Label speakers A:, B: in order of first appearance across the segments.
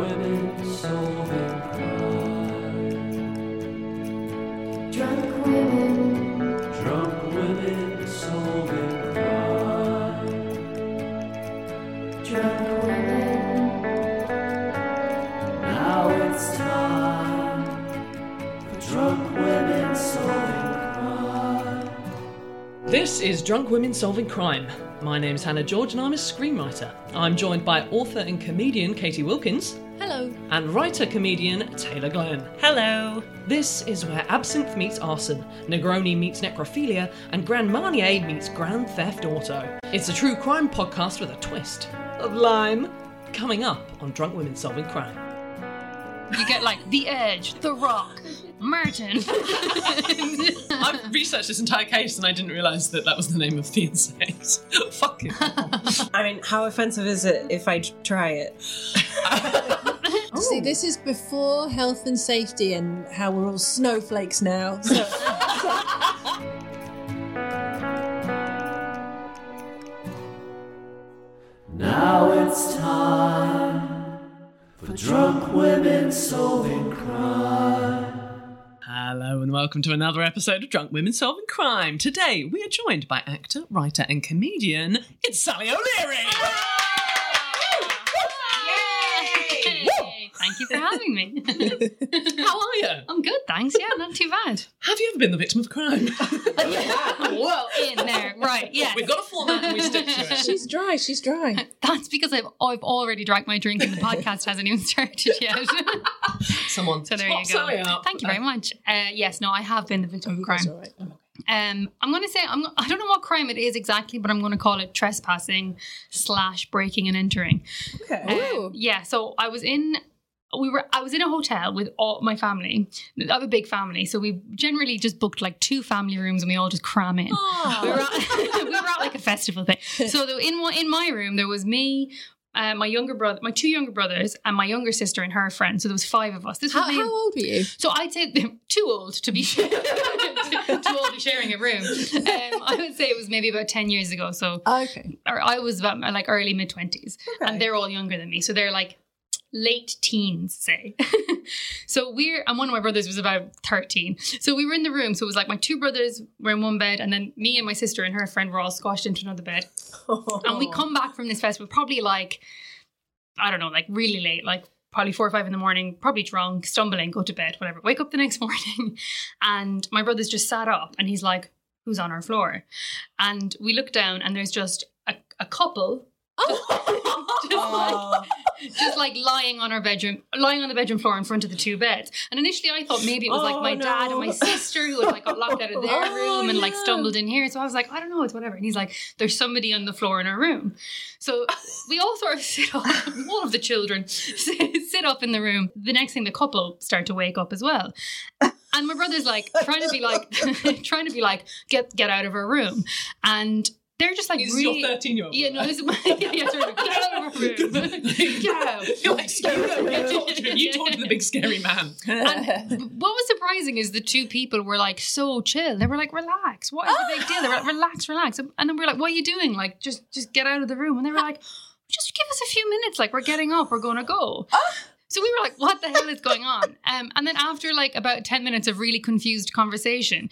A: women solving crime.
B: Drunk women,
A: Drunk women solving crime.
B: drunk women,
A: Now it's time for drunk women solving crime.
C: This is Drunk Women Solving Crime. My name's Hannah George and I'm a screenwriter. I'm joined by author and comedian Katie Wilkins. Hello. And writer comedian Taylor Glenn. Hello. This is where absinthe meets arson, Negroni meets necrophilia, and Grand Marnier meets Grand Theft Auto. It's a true crime podcast with a twist of lime. Coming up on Drunk Women Solving Crime.
D: You get like The Edge, The Rock, Merton.
C: I've researched this entire case and I didn't realise that that was the name of the insect. Fucking.
E: I mean, how offensive is it if I t- try it?
F: See, this is before health and safety and how we're all snowflakes now. So
A: Now it's time for drunk women solving crime.
C: Hello and welcome to another episode of Drunk Women Solving Crime. Today we are joined by actor, writer, and comedian. It's Sally O'Leary.
D: Yay! Thank you for having me.
C: How are you?
D: I'm good, thanks. Yeah, not too bad.
C: Have you ever been the victim of crime?
D: Whoa, in there. Right, yeah.
C: We've got a format and we stick to it.
F: she's dry, she's dry.
D: That's because I've, I've already drank my drink and the podcast hasn't even started yet.
C: Someone.
D: so there
C: top
D: you go.
C: Sally up.
D: Thank you very much. Uh, yes, no, I have been the victim of crime.
F: That's all right.
D: Um, I'm going to say I'm, I don't know what crime it is exactly, but I'm going to call it trespassing slash breaking and entering.
E: Okay.
F: Ooh.
D: Yeah, so I was in we were I was in a hotel with all my family. I have a big family, so we generally just booked like two family rooms and we all just cram in. We were, at, we were at like a festival thing. So there, in one- in my room there was me, uh, my younger brother, my two younger brothers, and my younger sister and her friend. So there was five of us. This was
F: How,
D: me-
F: how old were you?
D: so I'd say too old to be too old to be sharing a room. Um, I would say it was maybe about ten years ago. So
F: Okay.
D: or I was about like early mid twenties, and they're all younger than me, so they're like late teens, say. so we're and one of my brothers was about thirteen. So we were in the room. So it was like my two brothers were in one bed, and then me and my sister and her friend were all squashed into another bed. And we come back from this festival probably like I don't know, like really late, like probably four or five in the morning, probably drunk, stumbling, go to bed, whatever. Wake up the next morning, and my brother's just sat up, and he's like, "Who's on our floor?" And we look down, and there's just a, a couple. just like just like lying on our bedroom, lying on the bedroom floor in front of the two beds. And initially, I thought maybe it was like my dad and my sister who had like got locked out of their room and like stumbled in here. So I was like, I don't know, it's whatever. And he's like, there's somebody on the floor in our room. So we all sort of sit up. All of the children sit up in the room. The next thing, the couple start to wake up as well. And my brother's like trying to be like trying to be like get get out of her room, and they're just like
C: This is your
D: really
C: 13-year-old
D: Yeah, no, this is my yeah, yeah, sorry, get out of her room. get out.
C: You're like, "Scary, I talked to him. You talked to the big scary man.
D: And what was surprising is the two people were like so chill. They were like, "Relax. What is the big deal?" They were like, "Relax, relax." And then we were like, "What are you doing? Like, just just get out of the room." And they were like, "Just give us a few minutes. Like, we're getting up. We're going to go." So we were like, "What the hell is going on?" Um, and then after like about ten minutes of really confused conversation,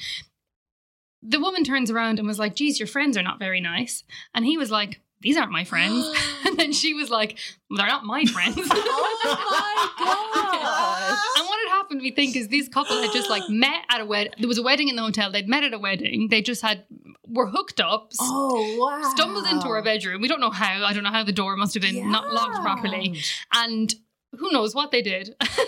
D: the woman turns around and was like, "Geez, your friends are not very nice." And he was like, "These aren't my friends." and then she was like, "They're not my friends."
F: Oh
D: And what had happened, we think, is this couple had just like met at a wedding. There was a wedding in the hotel. They'd met at a wedding. They just had were hooked up. s-
F: Oh wow!
D: Stumbled into our bedroom. We don't know how. I don't know how the door must have been not locked properly. And who knows what they did
F: Oh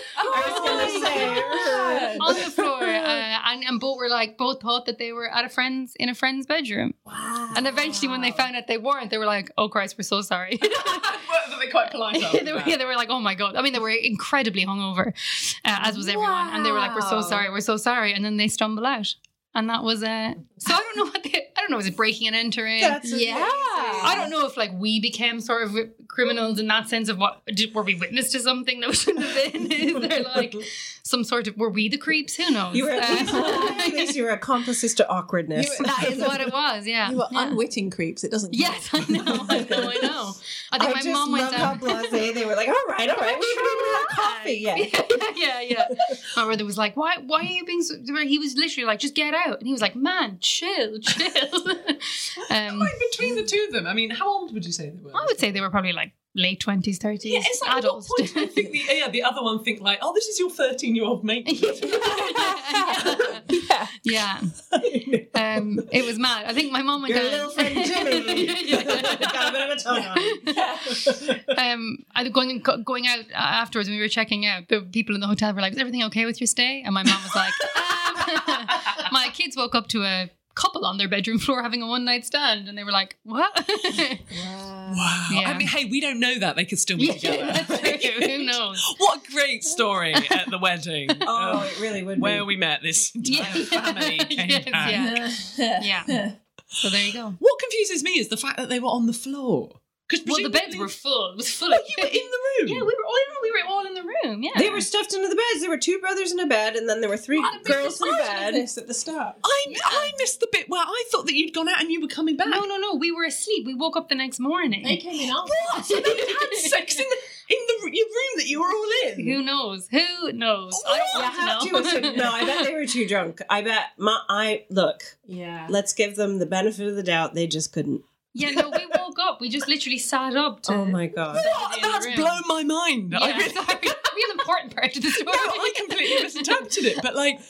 D: on the floor. Uh, and, and both were like both thought that they were at a friend's in a friend's bedroom. Wow. And eventually, when they found out they weren't, they were like, "Oh Christ, we're so sorry."
C: Were they quite polite? after
D: they, were,
C: that?
D: yeah, they were like, oh my God. I mean, they were incredibly hungover, uh, as was everyone. And they were like, we're so
F: Wow.
D: sorry, we're so sorry. And then they stumble out. And that was Uh, so I don't know what they, I don't know, was it breaking and entering?
F: yeah.
D: I don't know if like we became sort of criminals in that sense of what, did, were we witness to something that we shouldn't have been? Is there like some sort of, were we the creeps? Who knows?
E: You were
D: Uh,
E: at least you were accomplices to awkwardness.
D: that is what it was, yeah.
F: You were
D: Yeah.
F: unwitting creeps. It doesn't.
D: Yes, I know, I know, I know. I think
E: I
D: my
E: just
D: mom went
E: love
D: down.
E: how blasé they were. Like, all right, all right, we haven't even had coffee yet.
D: yeah, yeah. My brother was like, "Why, why are you being?" so He was literally like, "Just get out," and he was like, "Man, chill, chill." um,
C: Like, between the two of them, I mean, how old would you say they were?
D: I would say they were probably like late twenties, thirties.
C: Yeah, it's like at what point do you think the yeah the other one think like, oh, this is your thirteen year old mate?
D: yeah. yeah. Um, it was mad. I think my mom went
E: Your
D: down.
E: little friend Jimmy. Got a bit of a tongue on.
D: um, I going going out uh, afterwards. When we were checking out, the people in the hotel were like, "Is everything okay with your stay?" And my mom was like, um, "My kids woke up to a couple on their bedroom floor having a one night stand, and they were like, what?"
C: Wow.
D: Yeah.
C: I mean, hey, we don't know that they could still be
D: yeah,
C: together.
D: that's true. Who knows?
C: What a great story at the wedding.
E: Oh,
C: of
E: it really would
C: where
E: be.
C: we met this
D: Yeah.
C: entire family came
D: Yes,
C: back.
D: yeah. yeah. So there you go.
C: What confuses me is the fact that they were on the floor. Because
D: Well, the beds were full. It was full.
C: But
D: Of-
C: you were in the room.
D: yeah, we were all we were all in the room. Yeah,
E: They were stuffed into the beds. There were two brothers in a bed, and then there were three
D: What a big
E: girls in a
D: discussion of
E: bed.
D: this
E: at the start.
C: I, I missed the bit where I thought that you'd gone out and you were coming back.
D: No, no, no. We were asleep. We woke up the next morning.
F: They came in after.
C: What? So they had sex in the in the your room that you were all in.
D: Who knows? Who knows? I
E: You have
D: don't
E: to
D: want to know.
E: assume. No, I bet they were too drunk. I bet my I look.
F: Yeah.
E: Let's give them the benefit of the doubt. They just couldn't.
D: yeah, no. We woke up. We just literally sat up. To
E: Oh my god.
C: What?
D: in the
C: That's
D: room.
C: blown my mind. I
D: Yeah,
C: really-
D: sorry. Real important part of the story.
C: No, I completely misinterpreted it, but like,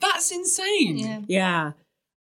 C: that's insane.
D: Yeah.
E: Yeah.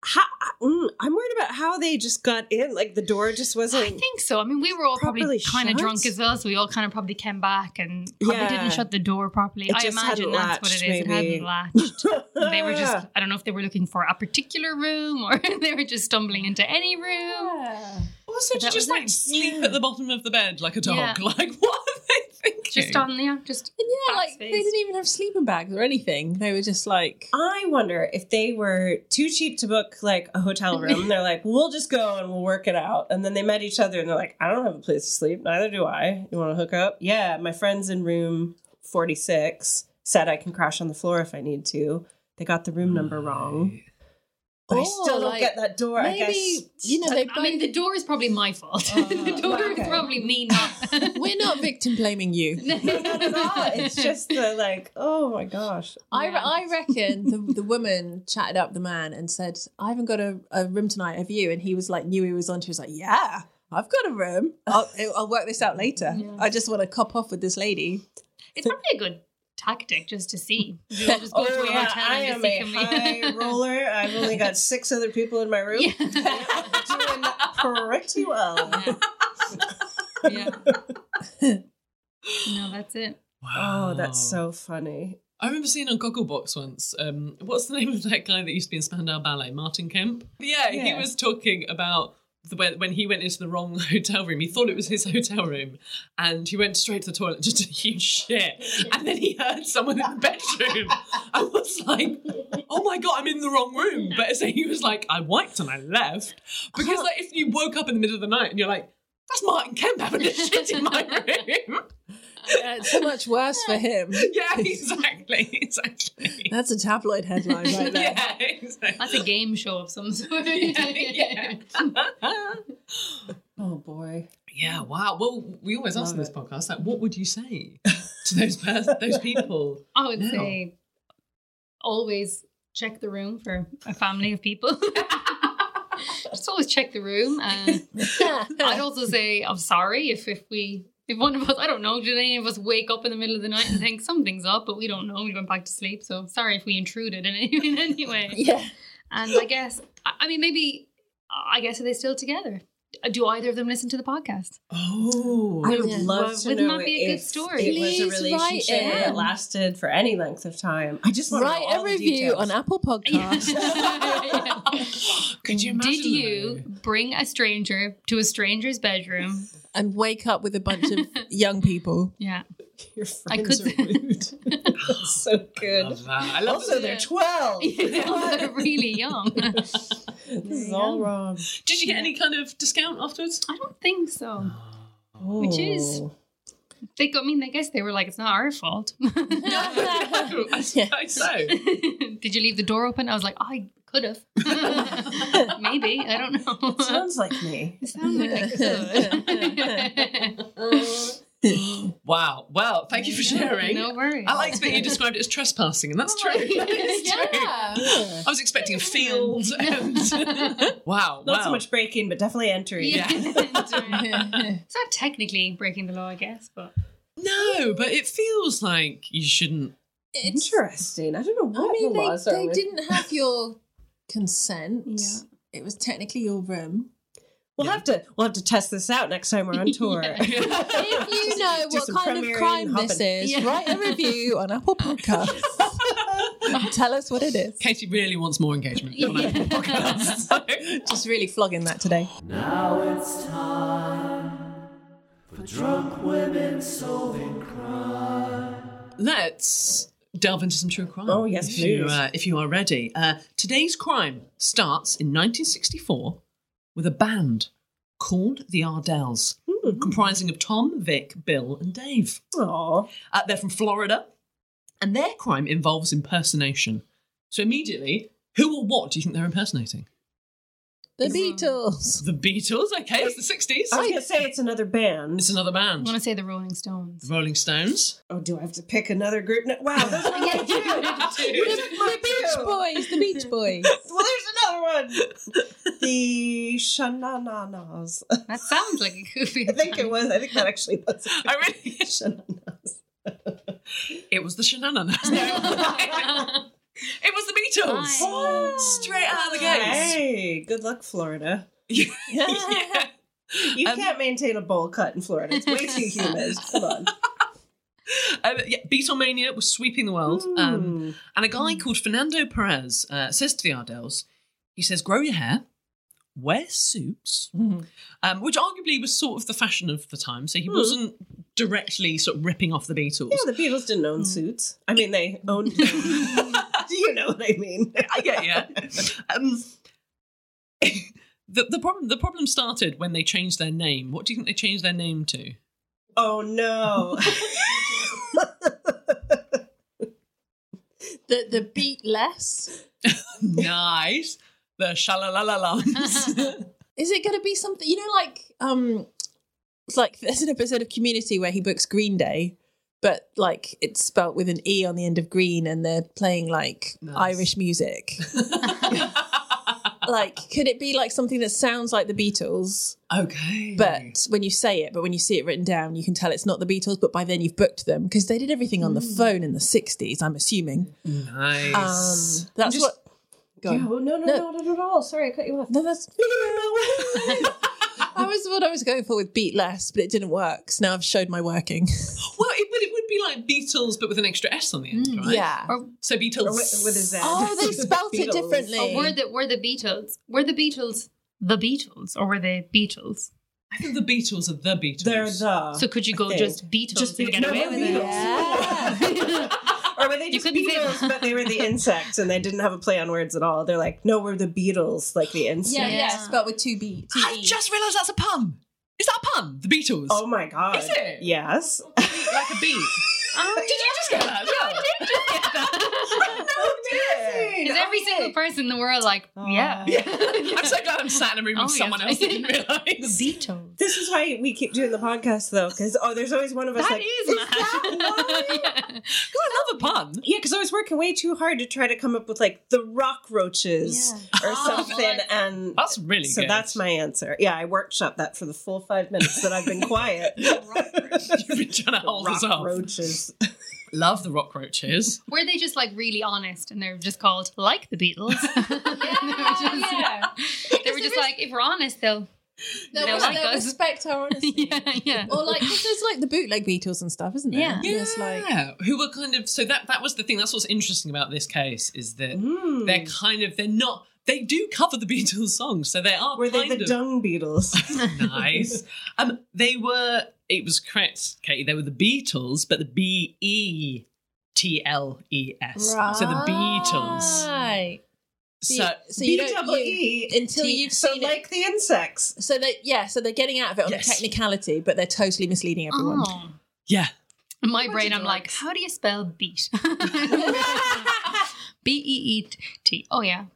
E: How, mm, I'm worried about how they just got in. Like the door just wasn't.
D: I think so. I mean, we were all
E: Properly
D: probably kind of
E: shut?
D: drunk as well, so we all kind of probably came back and probably
E: Yeah.
D: didn't shut the door properly.
E: It
D: I
E: just
D: imagine
E: hadn't
D: that's what it is.
E: latched,
D: It hadn't
E: maybe.
D: latched. they were just, I don't know if they were looking for a particular room or they were just stumbling into any room.
C: Also, to
D: That
C: just
D: was
C: like
D: it.
C: sleep at the bottom of the bed like a dog.
D: Yeah.
C: Like, what are they thinking?
D: Just on, yeah, just.
F: And yeah, like they
D: Backspace.
F: didn't even have sleeping bags or anything. They were just like,
E: I wonder if they were too cheap to book like a hotel room. They're like, we'll just go and we'll work it out. And then they met each other and they're like, I don't have a place to sleep. Neither do I. You want to hook up? Yeah, my friend's in room 46 said I can crash on the floor if I need to. They got the room number wrong. But I still don't
F: "Oh, like,
E: get that door.
F: Maybe
E: I guess
F: you know they.
D: I mean, the door is probably my fault. the door is
E: Oh, okay.
D: probably me not.
F: both- we're not victim blaming you.
E: it's just the like, oh my gosh.
F: I,
D: Yeah.
F: I reckon the, the woman chatted up the man and said, I haven't got a, a room tonight, have you? And he was like, knew he was on to. He was like, yeah, I've got a room. I'll, I'll work this out later. I just want to cop off with this lady.
D: It's probably a good tactic just to see. You know, just go to a hotel
E: Oh, I
D: and just
E: am
D: see
E: a
D: can
E: high
D: we-
E: roller. I've only got six other people in my room. Doing pretty well.
D: yeah. No, that's it.
E: Oh, that's so funny.
C: I remember seeing on Gogglebox once. Um, what's the name of that guy that used to be in Spandau Ballet? Martin Kemp. Yeah, he
G: Yeah.
C: was talking about the, when when he went into the wrong hotel room. He thought it was his hotel room, and he went straight to the toilet and just did a huge shit. And then he heard someone in the bedroom. I was like, "Oh my god, I'm in the wrong room!" But so he was like, "I wiped and I left," because like if you woke up in the middle of the night and you're like, "That's Martin Kemp having a shit in my room."
F: Yeah, it's so much worse for him.
C: Yeah, exactly. Exactly.
F: That's a tabloid headline right there.
C: Yeah, exactly.
D: That's a game show of some sort.
C: Yeah,
E: Oh boy.
C: Yeah, wow. Well, we always ask
D: Love
C: in this podcast, like, what would you say to those pers- those people?
D: I would
C: now?
D: say always check the room for a family of people. Just always check the room. Uh, I'd also say I'm sorry if if we if one of us I don't know did any of us wake up in the middle of the night and think something's up, but we don't know. We went back to sleep, so sorry if we intruded in any, in any way.
F: Yeah.
D: And I guess I I mean maybe I guess are they still together? Do either of them listen to the podcast?
C: Oh,
E: I would love to
D: Wouldn't
E: know
D: that be a
E: if
D: good story?
E: it was a relationship that lasted for any length of time. I just want to
F: Write
E: know all
F: a
E: the
F: review
E: details.
F: on Apple Podcasts.
C: Could you
D: Did you bring a stranger to a stranger's bedroom?
F: and wake up with a bunch of young people.
D: Yeah.
E: Your
D: I
E: friends
D: could
E: are rude. That's so good.
C: Love that. I love
E: also, they're 12.
D: They're really young.
E: This is all wrong.
C: Did you get any kind of discount afterwards?
D: I don't think so. Which is
E: Oh.
D: they go- I mean, I guess they were like, it's not our fault.
C: I suppose so.
D: Did you leave the door open? I was like, I could have. Maybe. I don't know.
E: It sounds like me.
D: It sounds like I could.
C: Wow. Well, thank you for sharing.
D: No worries.
C: I liked that you described it as trespassing, and that's true. That is true. I was expecting a field. And wow.
E: Not
C: wow.
E: so much breaking, but definitely entering.
D: Yeah.
F: Yeah.
D: it's not technically breaking the law, I guess, but
C: No, but it feels like you shouldn't.
F: It's,
E: Interesting. I don't know
F: I
E: what
F: mean,
E: the
F: they,
E: laws are.
F: they
E: with-
F: didn't have your consent.
D: Yeah.
F: It was technically your room.
E: We'll have to we'll have to test this out next time we're on tour.
F: If you know
E: Do
F: what
E: some
F: kind
E: premiering
F: of crime this
E: hopping.
F: is,
D: Yeah.
F: write a review on Apple Podcasts. Tell us what it is.
C: Katie really wants more engagement on Apple Podcasts. So-
F: Just really flogging that today.
A: Now it's time for drunk women solving crime.
C: Let's delve into some true crime.
E: Oh, yes,
C: if you,
E: please.
C: uh, if you are ready. Uh, today's crime starts in 1964 with a band called the Ardells,
E: Hmm.
C: comprising of Tom, Vic, Bill, and Dave.
E: Aw.
C: Uh, they're from Florida, and their crime involves impersonation. So immediately, who or what do you think they're impersonating?
F: The Beatles.
C: The Beatles, okay, it's the 60s.
E: I was gonna say it's another band.
C: It's another
D: I'm
C: band.
D: going to say the Rolling Stones.
C: The Rolling Stones.
E: Oh, do I have to pick another group? No, wow, there's another
D: Yeah, you had
F: The, the Beach Boys. The Beach Boys.
E: Well, there's another one. The Shanananas.
D: That sounds like it could be.
E: I think it was. I think that actually was.
C: I really.
E: Shanananas.
C: It was the Shenanigans. No. it was the Beatles.
D: Hi.
C: Straight out of the gate.
E: Hey, good luck, Florida.
C: Yeah.
E: You can't maintain a bowl cut in Florida. It's way too humid. Come on.
C: Um, yeah, Beatlemania was sweeping the world. Um, and a guy called Fernando Perez uh, says to the Ardells, he says, grow your hair, wear suits, um, which arguably was sort of the fashion of the time. So he wasn't directly sort of ripping off the Beatles.
E: Yeah, the Beatles didn't own suits. I mean, they owned. Do you know what I mean?
C: I get you. Um, the, the problem the problem started when they changed their name. What do you think they changed their name to?
E: Oh no!
F: The, the Beat Less.
C: nice. The shalalalala.
F: Is it going to be something you know, like um, it's like there's an episode of Community where he books Green Day, but like it's spelt with an e on the end of green, and they're playing like Irish music. like, could it be like something that sounds like the Beatles,
C: okay.
F: but when you say it, but when you see it written down, you can tell it's not the Beatles, but by then you've booked them because they did everything on the phone in the '60s, I'm assuming.
C: uh,
F: Um,
C: nice.
F: that's what. Go on.
E: Oh, no, no, no, not at all. Sorry, I cut you off.
F: No, that's I was what I was going for with beat less, but it didn't work. So now I've showed my working.
C: Well, it, but it would be like Beatles, but with an extra S on the end, right?
F: yeah. Or-
C: So Beatles.
E: with a Z.
F: Oh, they spelt it differently.
D: Or Oh, were the were the Beatles? Were the Beatles the Beatles, or were they Beatles?
C: I think the Beatles are the Beatles.
E: They're the.
D: So could you
E: I
D: go
E: think.
D: just Beatles
E: Just
D: and
E: Beatles.
D: get
E: No,
D: away
E: we're
D: with it?
E: Or were they
D: You
E: just
D: couldn't say
E: Beatles,
D: that.
E: but they were the insects and they didn't have a play on words at all? They're like, no, we're the Beatles, like the insects.
F: yeah, yes, but with two B. Two
C: I
F: E.
C: just realised that's a pun. Is that a pun? The Beatles.
E: Oh my god.
C: Is it?
E: Yes.
C: like a beat. Oh, Did you just get that? as well?
D: Is every single person in the world like, yeah,
C: I'm so glad I'm sat in a room with
D: Oh,
C: someone
D: yes.
C: else that didn't realise.
D: Beatles?
E: This is why we keep doing the podcast though, because oh, there's always one of us
C: That
E: like,
C: is mad. I love a pun.
E: Yeah, because I was working way too hard to try to come up with like the rock roaches or
D: Oh,
E: something, and
C: That's really
E: so
C: good.
E: that's my answer. Yeah, I workshop that for the full five minutes that I've been quiet.
C: You've been trying to hold us
E: rock
C: up.
E: roaches.
C: Love the rock roaches.
D: Were they just like really honest and they're just called like the Beatles? yeah, they were just, like, if we're honest, they'll
F: They'll,
D: They'll
F: res-
D: like
F: they'll
D: us.
F: respect our honesty.
D: yeah, yeah.
F: Or like 'cause there's like the bootleg Beatles and stuff, isn't there?
D: Yeah.
F: There's like
C: yeah, who were kind of so that that was the thing. That's what's interesting about this case is that they're kind of they're not they do cover the Beatles songs, so they are
E: Were they
C: kind
E: the
C: of
E: dung beetles?
C: nice. Um, they were. It was correct, Katie. They were the Beatles, but the B E T L E S. So the Beatles.
F: Right.
C: So
F: so you don't-
E: double
F: you-
E: E
F: until
E: T-
F: you've
E: so
F: seen it.
E: like the insects.
F: So they yeah, so they're getting out of it on
C: Yes.
F: a technicality, but they're totally misleading everyone.
D: Oh.
C: yeah,
D: In my brain, I'm like, how do you spell beat? B E E T. Oh yeah.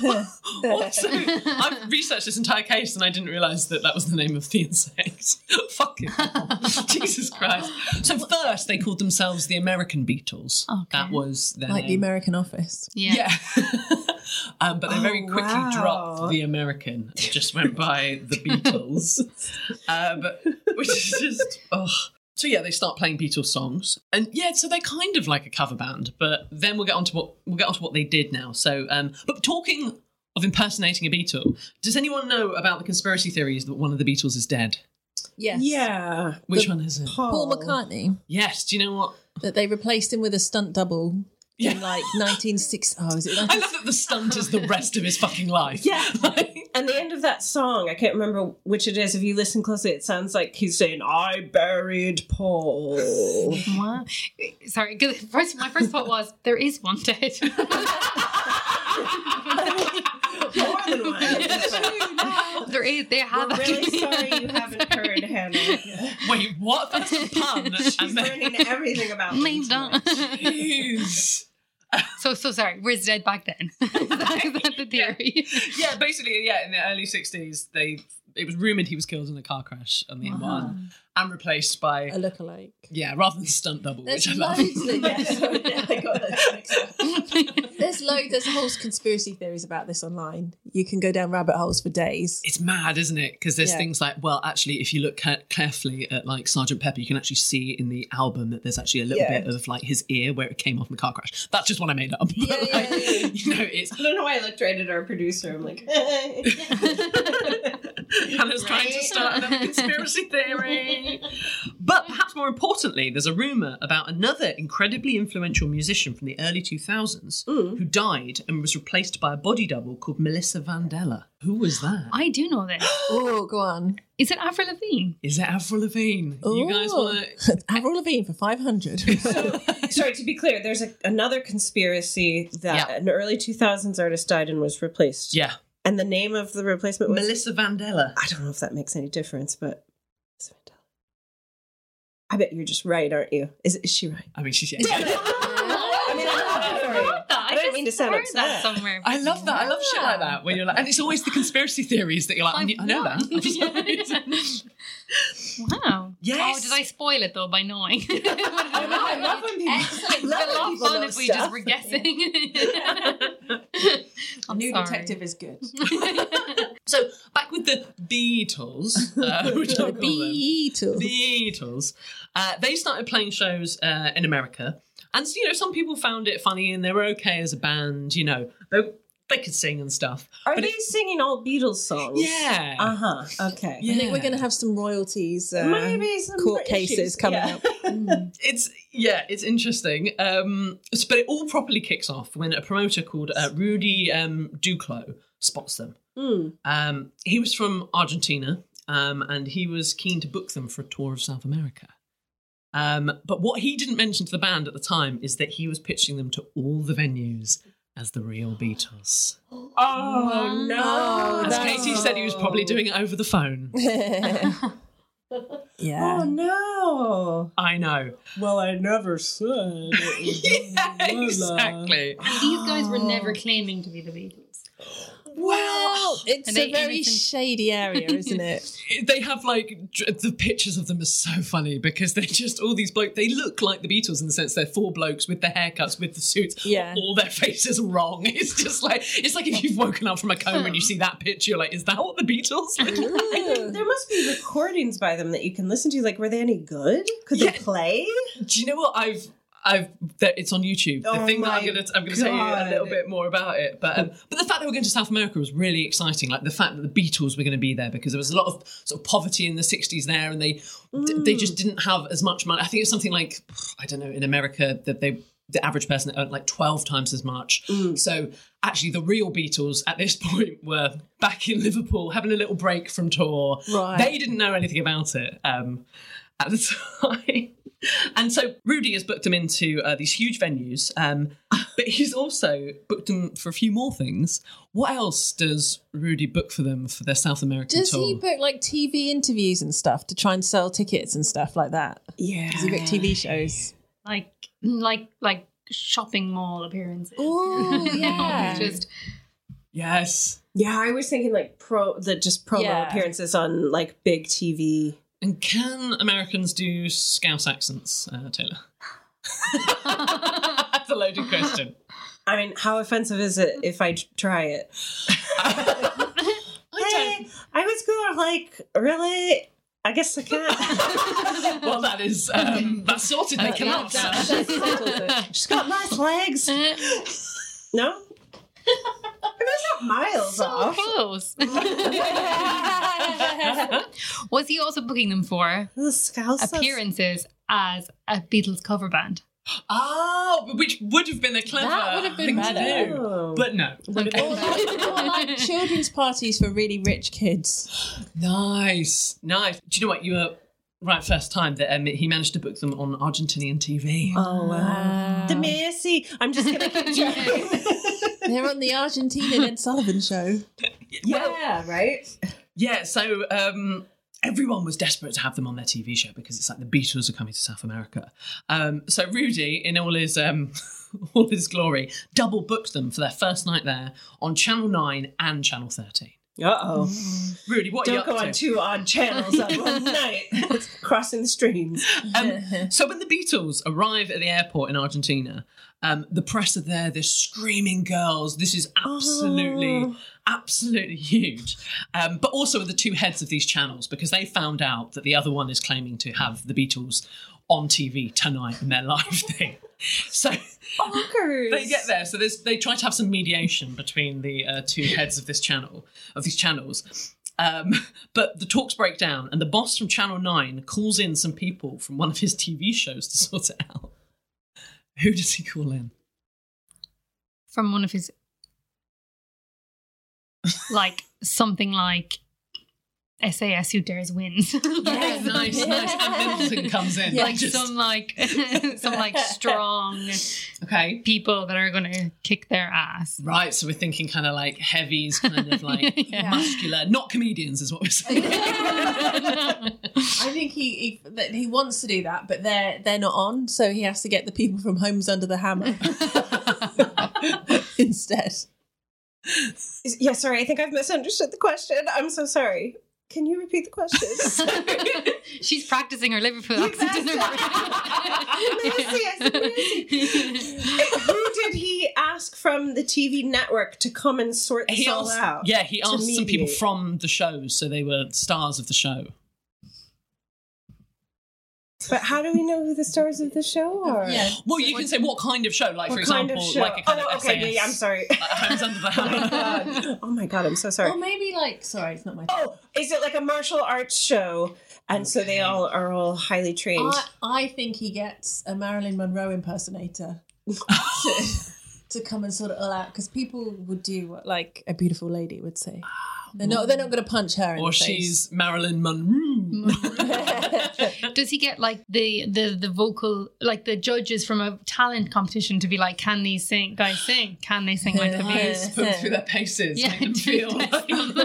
C: Also, I've researched this entire case and I didn't realise that that was the name of the insect. Fucking hell. Jesus Christ. So first they called themselves the American Beatles.
D: Okay.
C: That was their
F: Like the
C: name.
F: American office.
D: Yeah.
C: Yeah. um, but they very
E: Oh,
C: quickly
E: wow.
C: dropped the American and just went by the Beatles, um, which is just. Oh. So yeah, they start playing Beatles songs, and yeah, so they're kind of like a cover band. But then we'll get onto what we'll get onto what they did now. So, um, but talking of impersonating a Beatle, does anyone know about the conspiracy theories that one of the Beatles is dead?
F: Yes. Oh.
E: Yeah, Oh.
C: Which one is it?
F: Paul McCartney.
C: Yes. Do you know what?
F: That they replaced him with a stunt double
C: Yeah.
F: in like 1960. Oh, is it?
C: I love that the stunt is the rest of his fucking life.
E: Yeah.
C: Like-
E: And the end of that song, I can't remember which it is. If you listen closely, it sounds like he's saying, "I buried Paul."
D: Wow. Sorry, 'cause first my first thought was there is one dead.
E: More than one. It's like,
D: there is. They have.
E: We're really sorry you haven't heard Hannah.
C: Wait, what? That's a pun.
E: She's
C: And then-
E: learning everything about me
D: Named
E: tonight.
D: on.
C: Jeez.
D: so so sorry. Where's dead back then? That's not the theory.
C: Yeah, basically, yeah. In the early sixties, they it was rumored he was killed in a car crash on the M1 and replaced by
F: a lookalike.
C: yeah, rather than stunt double,
F: There's
C: which I love.
F: loads. That, I got that mixed up. There's loads. There's whole conspiracy theories about this online. You can go down rabbit holes for days.
C: It's mad, isn't it? Because there's
F: Yeah.
C: things like, well, actually, if you look ca- carefully at like Sergeant Pepper, you can actually see in the album that there's actually a little
F: Yeah.
C: bit of like his ear where it came off in the car crash. That's just what I made up. But,
F: Yeah, yeah,
C: like,
F: yeah.
C: You know, it's
E: I don't know why I looked right at our producer. I'm like,
C: Hannah's trying to start another conspiracy theory. But perhaps more importantly, there's a rumour about another incredibly influential musician from the early 2000s who died and was replaced by a body double called Melissa Vandella. Who was that?
D: I do know this.
F: Oh, go on.
D: Is it Avril Lavigne?
C: Is it Avril Lavigne? You guys
F: Ooh.
C: want to.
F: Avril Lavigne for 500.
E: sorry, to be clear, there's a, another conspiracy that
C: Yeah.
E: an early 2000s artist died and was replaced.
C: Yeah.
E: And the name of the replacement was.
C: Melissa Vandella.
E: I don't know if that makes any difference, but. I bet you're just right, aren't you? Is, is she right?
C: I mean, she's.
E: I mean, I'm sorry.
D: I,
E: don't
D: just
E: mean to sound
D: heard
E: upset.
D: that somewhere.
C: I love that. I love shit like that. When you're like, and it's always the conspiracy theories that you're like, I, knew- I know that. I just-
D: wow.
C: Yes.
D: Oh, did I spoil it though by knowing? I
E: love when people-
D: Excellent.
E: I love
D: It's a lot of fun
E: when people know
D: if we
E: stuff.
D: just were guessing. I'm
F: New
D: sorry.
F: Detective is good.
C: so back with the Beatles, uh, which I'll call them.
F: Beatles.
C: Beatles. Uh, they started playing shows uh, in America, and you know some people found it funny, and they were okay as a band. You know, they They could sing and stuff.
E: Are
C: but
E: they
C: it-
E: singing all Beatles songs?
C: Yeah.
E: Uh huh. Okay.
F: I think we're going to have some royalties, uh,
E: Maybe some
F: court
E: issues,
F: cases coming
E: yeah.
F: up.
C: it's yeah, it's interesting. Um, s- but it all properly kicks off when a promoter called uh, Rudy um, Duclos spots them.
E: Mm.
C: Um, he was from Argentina, um, and he was keen to book them for a tour of South America. Um, but what he didn't mention to the band at the time is that he was pitching them to all the venues as the real Beatles.
E: Oh no!
C: As
E: that's-
C: Katie said, he was probably doing it over the phone.
F: yeah.
E: Oh no!
C: I know.
E: Well, I never said. It was
C: exactly.
D: These guys were
E: Oh.
D: never claiming to be the Beatles.
F: Well, it's
D: And they
F: a very
D: innocent-
F: shady area, isn't it?
C: They have like dr- the pictures of them are so funny because they're just all these blokes. They look like the Beatles in the sense they're four blokes with the haircuts, with the suits.
F: Yeah.
C: all their faces wrong. It's just like it's like if you've woken up from a coma and you see that picture, you're like, is that what the Beatles? look like?
E: There there must be recordings by them that you can listen to. Like, were they any good? Could they
C: Yeah.
E: play?
C: Do you know what I've? I've that it's on YouTube. The
E: Oh
C: thing that I'm
E: my
C: gonna I'm gonna tell you a
E: God.
C: little bit more about it, but um, but the fact that we're going to South America was really exciting. Like the fact that the Beatles were going to be there because there was a lot of sort of poverty in the '60s there, and they d- they
E: Mm.
C: just didn't have as much money. I think it's something like I don't know in America that they the average person earned like twelve times as much.
E: Mm.
C: So actually, the real Beatles at this point were back in Liverpool having a little break from tour.
F: Right.
C: They didn't know anything about it. Um, at the time. And so Rudy has booked him into uh, these huge venues, um, but he's also booked him for a few more things. What else does Rudy book for them for their South American
F: Does
C: tour?
F: he book like TV interviews and stuff to try and sell tickets and stuff like that?
E: Yeah.
F: Does he book TV shows?
D: Like, like, like shopping mall appearances.
F: Oh,
D: No,
F: yeah.
D: just
C: yes.
E: Yeah, I was thinking like pro the just promo
F: Yeah.
E: appearances on like big TV.
C: And can Americans do Scouse accents, uh, Taylor? That's a loaded question.
E: I mean, how offensive is it if I t- try it? Hey, I was going like, really? I guess I can.
C: Well, that is um, that's sorted.
F: Uh,
C: They cannot.
E: She's got nice legs. No? That's not miles
D: so
E: off.
D: close. Was he also booking them for
E: The scouse says-
D: appearances as a Beatles cover band?
C: oh, which would have been a clever
F: That would have been
C: thing
F: better.
C: to do,
E: Oh.
C: but no.
F: Or like children's parties for really rich kids.
C: Nice, nice. Do you know what you were right first time that um, he managed to book them on Argentinian TV?
E: Oh wow. The Mercy. I'm just gonna keep trying.
F: They're on the Argentine Ed Sullivan show.
E: yeah, right?
C: Yeah, so um, everyone was desperate to have them on their TV show because it's like the Beatles are coming to South America. Um, so Rudy, in all his um, all his glory, double booked them for their first night there on Channel Nine and Channel Thirteen.
E: Uh oh.
C: Rudy, what
E: Don't
C: are
E: go
C: you
E: on
C: up to?
E: two odd channels at one night. It's crossing the streams.
C: Um, so when the Beatles arrive at the airport in Argentina, um, the press are there. They're screaming, "Girls, this is absolutely, absolutely huge!" Um, but also the two heads of these channels because they found out that the other one is claiming to have the Beatles on TV tonight in their live thing. So
E: Bonkers.
C: they get there. So there's, they try to have some mediation between the uh, two heads of this channel, of these channels. Um, but the talks break down, and the boss from Channel Nine calls in some people from one of his TV shows to sort it out. Who does he call in?
D: From one of his, like something like SAS Who Dares Wins.
C: Yeah, nice, nice. And Middleton comes in.
D: Like
C: Just-
D: some like some like strong
C: okay.
D: people that are gonna kick their ass.
C: Right, so we're thinking kind of like heavies, kind of like
D: Yeah.
C: muscular, not comedians, is what we're saying.
F: I think he, he that he wants to do that, but they're they're not on, so he has to get the people from Homes Under the Hammer instead.
E: Is- Yeah, sorry, I think I've misunderstood the question. I'm so sorry. Can you repeat the question?
D: She's practicing her Liverpool accent. in her
E: Mercy, Who did he ask from the TV network to come and sort this
C: he
E: all
C: asked,
E: out?
C: yeah, he
E: to
C: asked some people
E: mediate?
C: from the shows, so they were stars of the show.
E: But how do we know who the stars of the show are?
C: Yeah. Well, you can say what kind of show, like for
E: What kind
C: example,
E: of show?
C: like a kind
E: Oh,
C: of
E: okay, yeah, yeah, I'm sorry.
C: Hands under the
E: hammer. oh my god, I'm so sorry.
F: Or maybe like, sorry, it's not my.
E: Oh, is it like a martial arts show? And so they all are all highly trained.
F: I, I think he gets a Marilyn Monroe impersonator to, to come and sort it all out because people would do what like a beautiful lady would say. They're not. They're not going to punch her. In
C: Ah, or
F: the face.
C: she's Marilyn Monroe.
D: Does he get like the the the vocal like the judges from a talent competition to be like, can these sing guys sing? Can they sing like the
C: Pace, put them
D: Beatles?
C: through their paces,
D: Yeah,
C: make them
D: do
C: feel.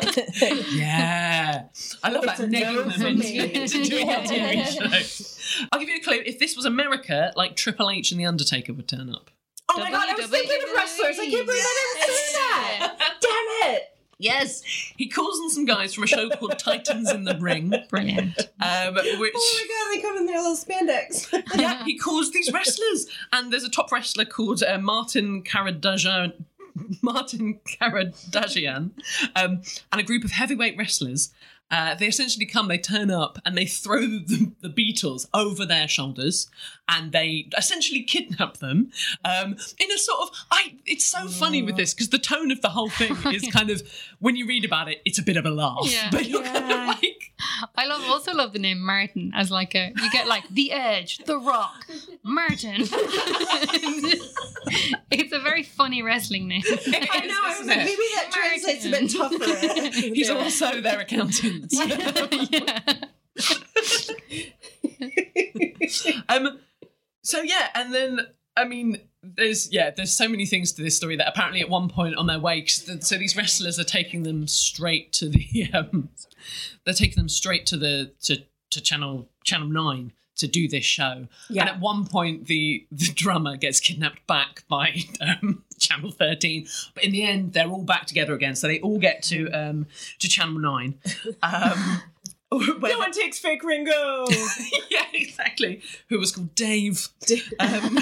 C: yeah, I love
D: It's
C: that
D: a
C: negging
D: no
C: them
D: for
C: into,
D: me.
C: into doing a
D: Yeah.
C: TV show. I'll give you a clue. If this was America, like Triple H and the Undertaker would turn up.
E: oh my god, I was thinking of wrestlers. I can't believe I didn't say that. Damn it.
C: Yes, he calls in some guys from a show called Titans in the Ring.
D: Brilliant.
C: Um, which
E: Oh my god, they come in their little spandex.
C: yeah, he calls these wrestlers, and there's a top wrestler called uh, Martin Caradagian, Martin Caradagian, um, and a group of heavyweight wrestlers. Uh, they essentially come, they turn up, and they throw the, the Beatles over their shoulders, and they essentially kidnap them. Um, in a sort of, I, it's so funny with this because the tone of the whole thing is kind of, when you read about it, it's a bit of a laugh,
D: Yeah.
C: but you're kind of like,
D: I love also love the name Martin as like a you get like the Edge, the Rock, Martin. it's a very funny wrestling name.
E: I know, I was like, maybe that translates a bit tougher.
C: He's also their accountant. um, so yeah, and then I mean, there's yeah, there's so many things to this story that apparently at one point on their way, 'cause the, so these wrestlers are taking them straight to the um, they're taking them straight to the to to channel channel nine to do this show.
E: Yeah.
C: And at one point, the the drummer gets kidnapped back by um, Channel Thirteen. But in the end, they're all back together again. So they all get to um, to Channel Nine. Um, where-
E: No one takes fake Ringo.
C: yeah, exactly. Who was called Dave. Um,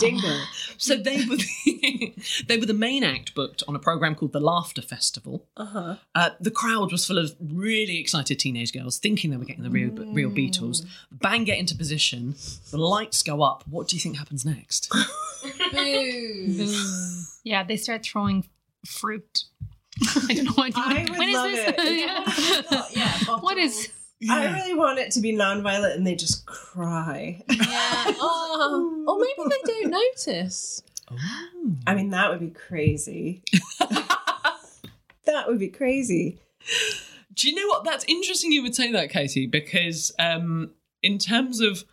E: Dingle.
C: so they were the, they were the main act booked on a program called the Laughter Festival.
E: Uh-huh.
C: Uh, the crowd was full of really excited teenage girls, thinking they were getting the real, real Beatles. Bang, get into position. The lights go up. What do you think happens next?
D: Yeah, they start throwing fruit. I don't know what
E: I would
D: when is
E: love
D: this?
E: it.
D: yeah. What is
E: I really want it to be nonviolent and they just cry.
F: Oh, or maybe they don't notice.
E: I mean, that would be crazy. that would be crazy.
C: Do you know what? That's interesting you would say that, Katie, because um, in terms of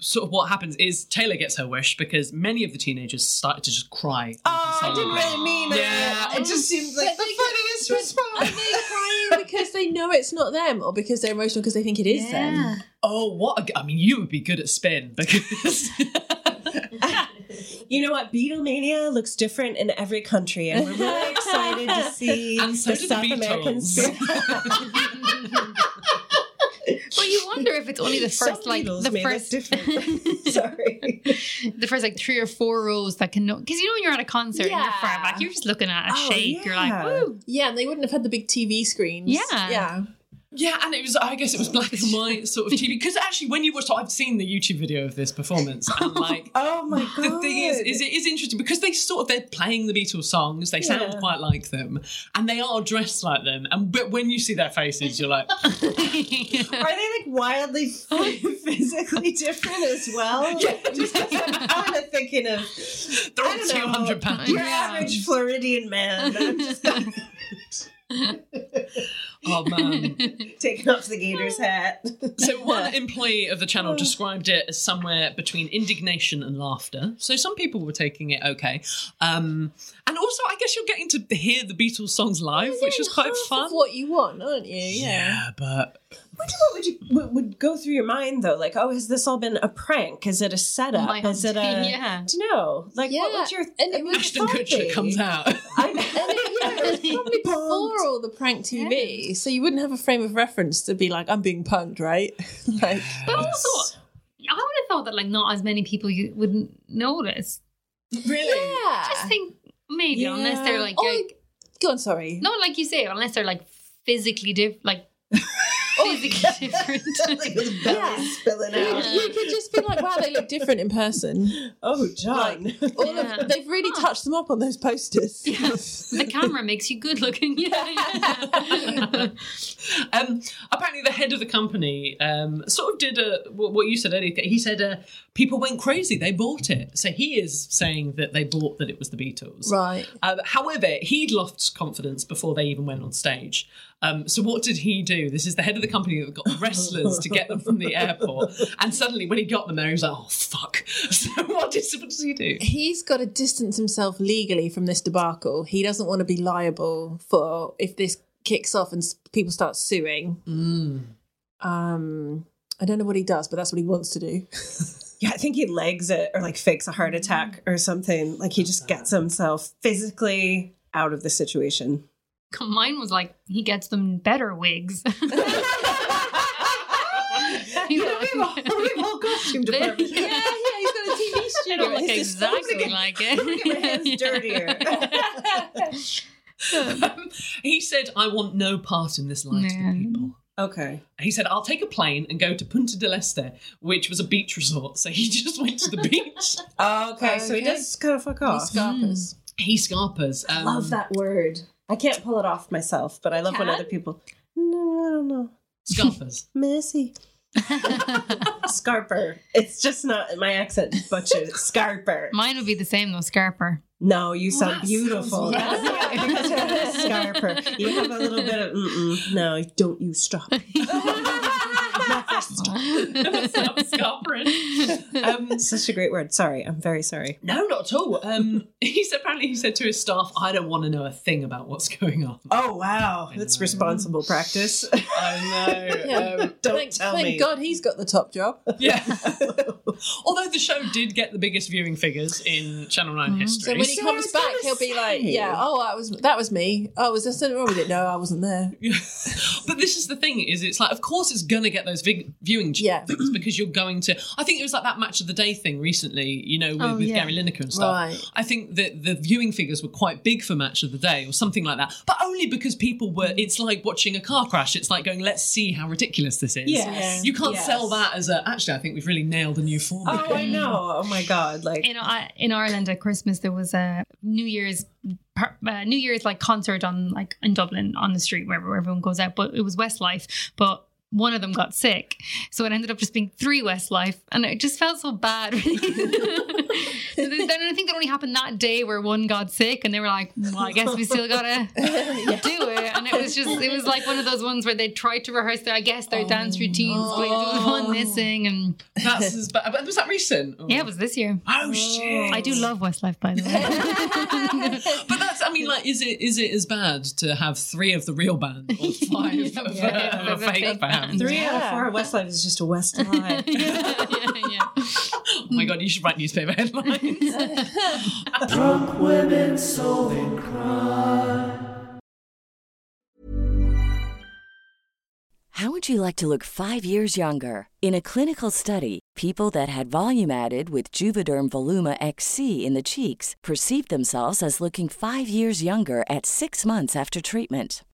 C: sort of what happens is Taylor gets her wish because many of the teenagers started to just cry.
E: Oh, I didn't
C: uncontrollably.
E: really mean it.
C: Yeah.
E: It just seemed like
F: But
E: the
F: they-
E: funniest
F: Are they
E: response.
F: crying because they know it's not them, or because they're emotional because they think it is them?
C: Oh, what? A, g- I mean, you would be good at spin because
E: You know what? Beatlemania looks different in every country, and we're really excited to see
C: And so
E: the
C: do the
E: South American
C: Beatles.
E: spirit.
D: Well, you wonder if it's only the
E: Some
D: first like
E: Beatles
D: the
E: made
D: first
E: us different. Sorry.
D: the first like three or four rows that can know because you know when you're at a concert and you're far
F: Yeah.
D: back, you're just looking at a
E: Oh,
D: shake. You're like,
E: yeah.
D: woo.
F: Yeah, and they wouldn't have had the big TV screens.
D: Yeah.
F: yeah.
C: yeah, and it was I guess it was black and white sort of TV because actually when you watch, I've seen the YouTube video of this performance and like.
E: Oh my god.
C: The thing is, is it is interesting because they sort of they're playing the Beatles songs. They sound
E: Yeah.
C: quite like them, and they are dressed like them. And but when you see their faces, you're like,
E: are they like wildly physically different as well? Yeah, just I'm kind of thinking of
C: they're
E: I
C: all
E: don't
C: two
E: know.
C: hundred pounds.
E: your average Floridian man. I'm just
C: Oh man.
E: taking off the gator's hat.
C: So one employee of the channel described it as somewhere between indignation and laughter. So some people were taking it okay, um, and also I guess you're getting to hear the Beatles songs live, which is quite
F: Half
C: fun.
F: Of what you want, aren't you? Yeah.
C: Yeah, but
E: wonder what would you what would go through your mind though? Like, oh, has this all been a prank? Is it a setup?
D: My
E: is it a
D: yeah.
E: do you know? Like, what
F: Oh Yeah,
E: would your
F: and it was-
C: Ashton Kutcher comes out.
E: I know.
F: Probably before all the prank TV, so you wouldn't have a frame of reference to be like, "I'm being punked," right? like,
D: But also, I would have thought that like not as many people you wouldn't notice.
C: really?
F: yeah.
D: I
E: Uh,
D: just think maybe unless they're like,
F: Oh,
D: like
F: go on, sorry.
D: no, like you say, unless they're like physically diff, like
F: Oh,
D: physically different.
E: spilling out.
F: You could just be like, wow, they look different in person.
E: Oh, John.
F: All of, they've really touched them up on those posters.
D: the camera makes you good looking. Yeah, yeah.
C: Um, apparently, the head of the company um, sort of did a, what what you said earlier. He said uh, people went crazy; they bought it. So he is saying that they bought that it was the Beatles.
F: Right.
C: Um, however, he'd lost confidence before they even went on stage. Um, so what did he do? This is the head of the company that got wrestlers to get them from the airport, and suddenly when he got them there, he was like, "Oh fuck!" So what did what does he do?
F: He's got to distance himself legally from this debacle. He doesn't want to be liable for if this kicks off and s- people start suing.
E: Mm.
F: Um, I don't know what he does, but that's what he wants to do.
E: Yeah, I think he legs it or like fakes a heart attack or something. Like he just gets himself physically out of the situation.
D: Mine was like he gets them better wigs.
C: Oh costume department.
F: yeah, yeah, he's got a TV
D: They
F: studio.
D: don't look exactly like it.
E: Dirtier.
C: He said, "I want no part in this life
D: Yeah.
C: for people."
E: okay.
C: He said, "I'll take a plane and go to Punta del Este, which was a beach resort." So he just went to the beach.
E: Okay, so he
F: Okay.
E: does kind of fuck off.
F: Scarpers.
C: He scarpers. Um,
E: love that word. I can't pull it off myself, but I love when
D: can?
E: other people. No, I don't know.
C: Scarpers.
E: Messy. Scarper. It's just not my accent is butchered. Scarper.
D: Mine would be the same though, Scarper.
E: No, you sound
C: that
E: beautiful.
C: sounds
E: Because you're a Scarper. You have a little bit of mm-mm. No, don't you stop.
C: Stop scarpering. Um,
E: Such a great word. Sorry, I'm very sorry.
C: no, not at all. Um, he said, apparently, he said to his staff, "I don't want to know a thing about what's going on."
E: Oh wow, that's responsible practice.
C: I know. um,
F: Yeah.
E: Um, Don't
F: thank
E: tell
F: thank
E: me.
F: God he's got the top job.
C: Yeah. Although the show did get the biggest viewing figures in Channel 9 history.
F: Mm-hmm. So when he comes back, he'll be like, "Yeah, oh, that was that was me. Oh, was there something wrong with it? No, I wasn't there."
C: but this is the thing is it's like of course it's going to get those vig- viewing ch-
F: Yeah.
C: things because you're going to I think it was like that match of the day thing recently, you know, with,
D: Oh,
C: with
D: yeah.
C: Gary Lineker and stuff.
F: Right.
C: I think that the viewing figures were quite big for match of the day or something like that. But only because people were it's like watching a car crash. It's like going let's see how ridiculous this is.
E: Yes.
C: You can't
E: Yes.
C: sell that as a actually I think we've really nailed a new form.
E: Oh, I know. Oh my God. Like
D: in I- in Ireland at Christmas there was a New Year's par- uh, New Year's like concert on like in Dublin on the street wherever where everyone goes out, but it was Westlife, but. One of them got sick, so it ended up just being three Westlife, and it just felt so bad. really. So then then I think that only happened that day where one got sick, and they were like, "Well, I guess we still gotta do it." And it was just, it was like one of those ones where they tried to rehearse their, I guess, their dance routines, but there was one missing, and
C: That's as bad. But was that recent? Or-
D: yeah, it was this year.
C: Oh shit!
D: I do love Westlife, by the way.
C: But that's, I mean, like, is it is it as bad to have three of the real band or five of,
D: Yeah.
C: a, of a fake band?
E: three out of four of Westlife is just a West lie.
D: yeah, yeah, yeah.
C: Oh my god, you should write newspaper headlines.
A: Drunk women solving crime.
G: How would you like to look five years younger? In a clinical study, people that had volume added with Juvederm Voluma XC in the cheeks perceived themselves as looking five years younger at six months after treatment.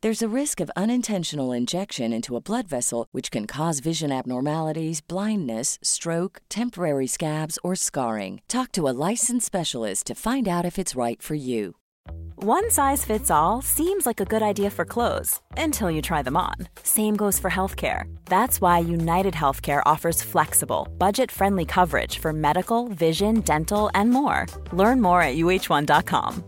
G: There's a risk of unintentional injection into a blood vessel, which can cause vision abnormalities, blindness, stroke, temporary scabs, or scarring. Talk to a licensed specialist to find out if it's right for you.
H: One size fits all seems like a good idea for clothes until you try them on. Same goes for healthcare. That's why United Healthcare offers flexible, budget friendly coverage for medical, vision, dental, and more. Learn more at uh1.com.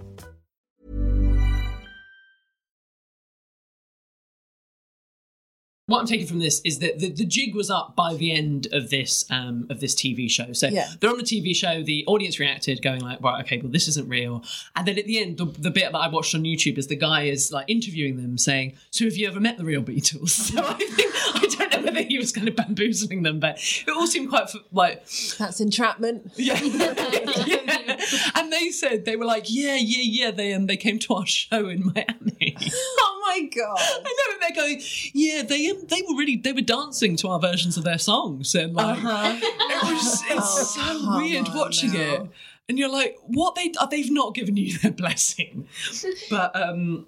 C: what I'm taking from this is that the, the jig was up by the end of this um, of this TV show. So
F: Yeah.
C: they're on the TV show. The audience reacted, going like, "Right, okay, well, this isn't real." And then at the end, the, the bit that I watched on YouTube is the guy is like interviewing them, saying, "So have you ever met the real Beatles?" So I think I don't know whether he was kind of bamboozling them, but it all seemed quite f- like
F: That's entrapment.
C: Yeah. yeah. And they said they were like, "Yeah, yeah, yeah." They and they came to our show in Miami.
F: Oh my god!
C: I know, and they're going, yeah, they um, they were really they were dancing to our versions of their songs, and like
F: Uh-huh.
C: it was it's
F: Oh,
C: so weird watching it, and you're like, what they uh, they've not given you their blessing, but um,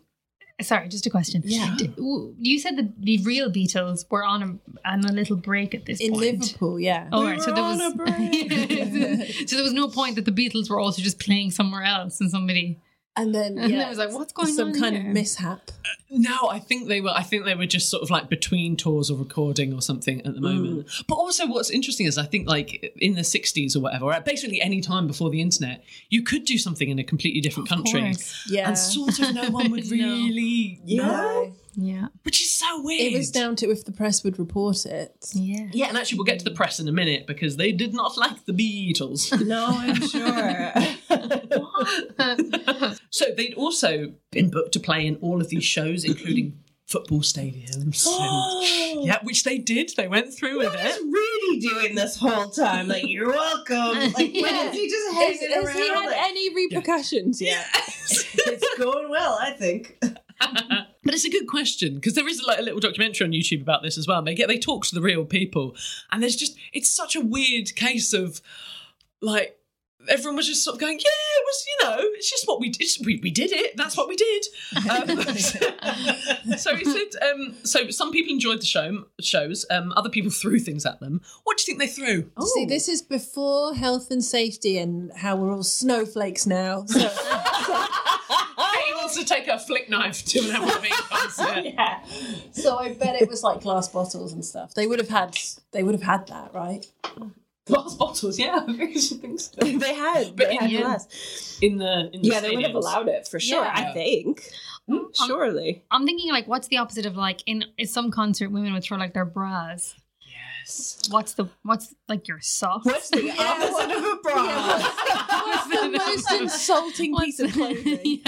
D: Sorry, just a question. Yeah. You said that the real Beatles were on a, on a little break at this
F: In
D: point.
F: Liverpool, yeah.
D: All
F: We
D: right, so
F: were
D: there
F: on
D: was so there was no point that the Beatles were also just playing somewhere else and somebody.
F: And then
D: And
F: yeah,
D: I was like, what's going
F: some
D: on
F: Some kind
D: here?
F: of mishap.
C: no, I think they were I think they were just sort of like between tours or recording or something at the
F: Mm.
C: moment. But also, what's interesting is I think like in the '60s or whatever, or basically any time before the internet, you could do something in a completely different country,
F: Yeah.
C: and sort of no one would really know.
D: Yeah.
C: Which is so weird.
F: It was down to if the press would report it.
D: Yeah.
C: Yeah, and actually, we'll get to the press in a minute because they did not like the Beatles.
E: No, I'm sure.
C: so they'd also been booked to play in all of these shows, including football stadiums. and- yeah, which they did. They went through with it.
E: Oh, really doing this whole time. Like, you're welcome. Like,
F: Yeah.
E: when is he just hanging
F: Has-
E: around?
F: has he had
E: Like,
F: any repercussions yet?
E: it's going well, I think.
C: But it's a good question because there is like a little documentary on YouTube about this as well. And they get they talk to the real people, and there's just it's such a weird case of like everyone was just sort of going, yeah, it was you know, it's just what we did. We, we did it. That's what we did. Um, so he said, um, so some people enjoyed the show shows, um, other people threw things at them. What do you think they threw?
E: Oh.
F: See, this is before health and safety and how we're all snowflakes now. So
C: He wants to take a flick knife to an Avril concert.
F: yeah. So I bet it was like glass bottles and stuff. They would have had they would have had that, right?
C: Glass bottles, yeah. I think she thinks so.
E: they had,
C: But
E: they
C: in
E: had
C: the end-
E: glass.
C: In the, in the
E: Yeah, they would have
C: stadiums.
E: allowed it for sure,
D: Yeah.
E: I think. Surely.
D: I'm thinking like, what's the opposite of like in, in some concert, women would throw like their bras.
C: Yes.
D: What's the what's like your socks?
E: What's the opposite of a bra?
F: That's the most insulting piece of clothing.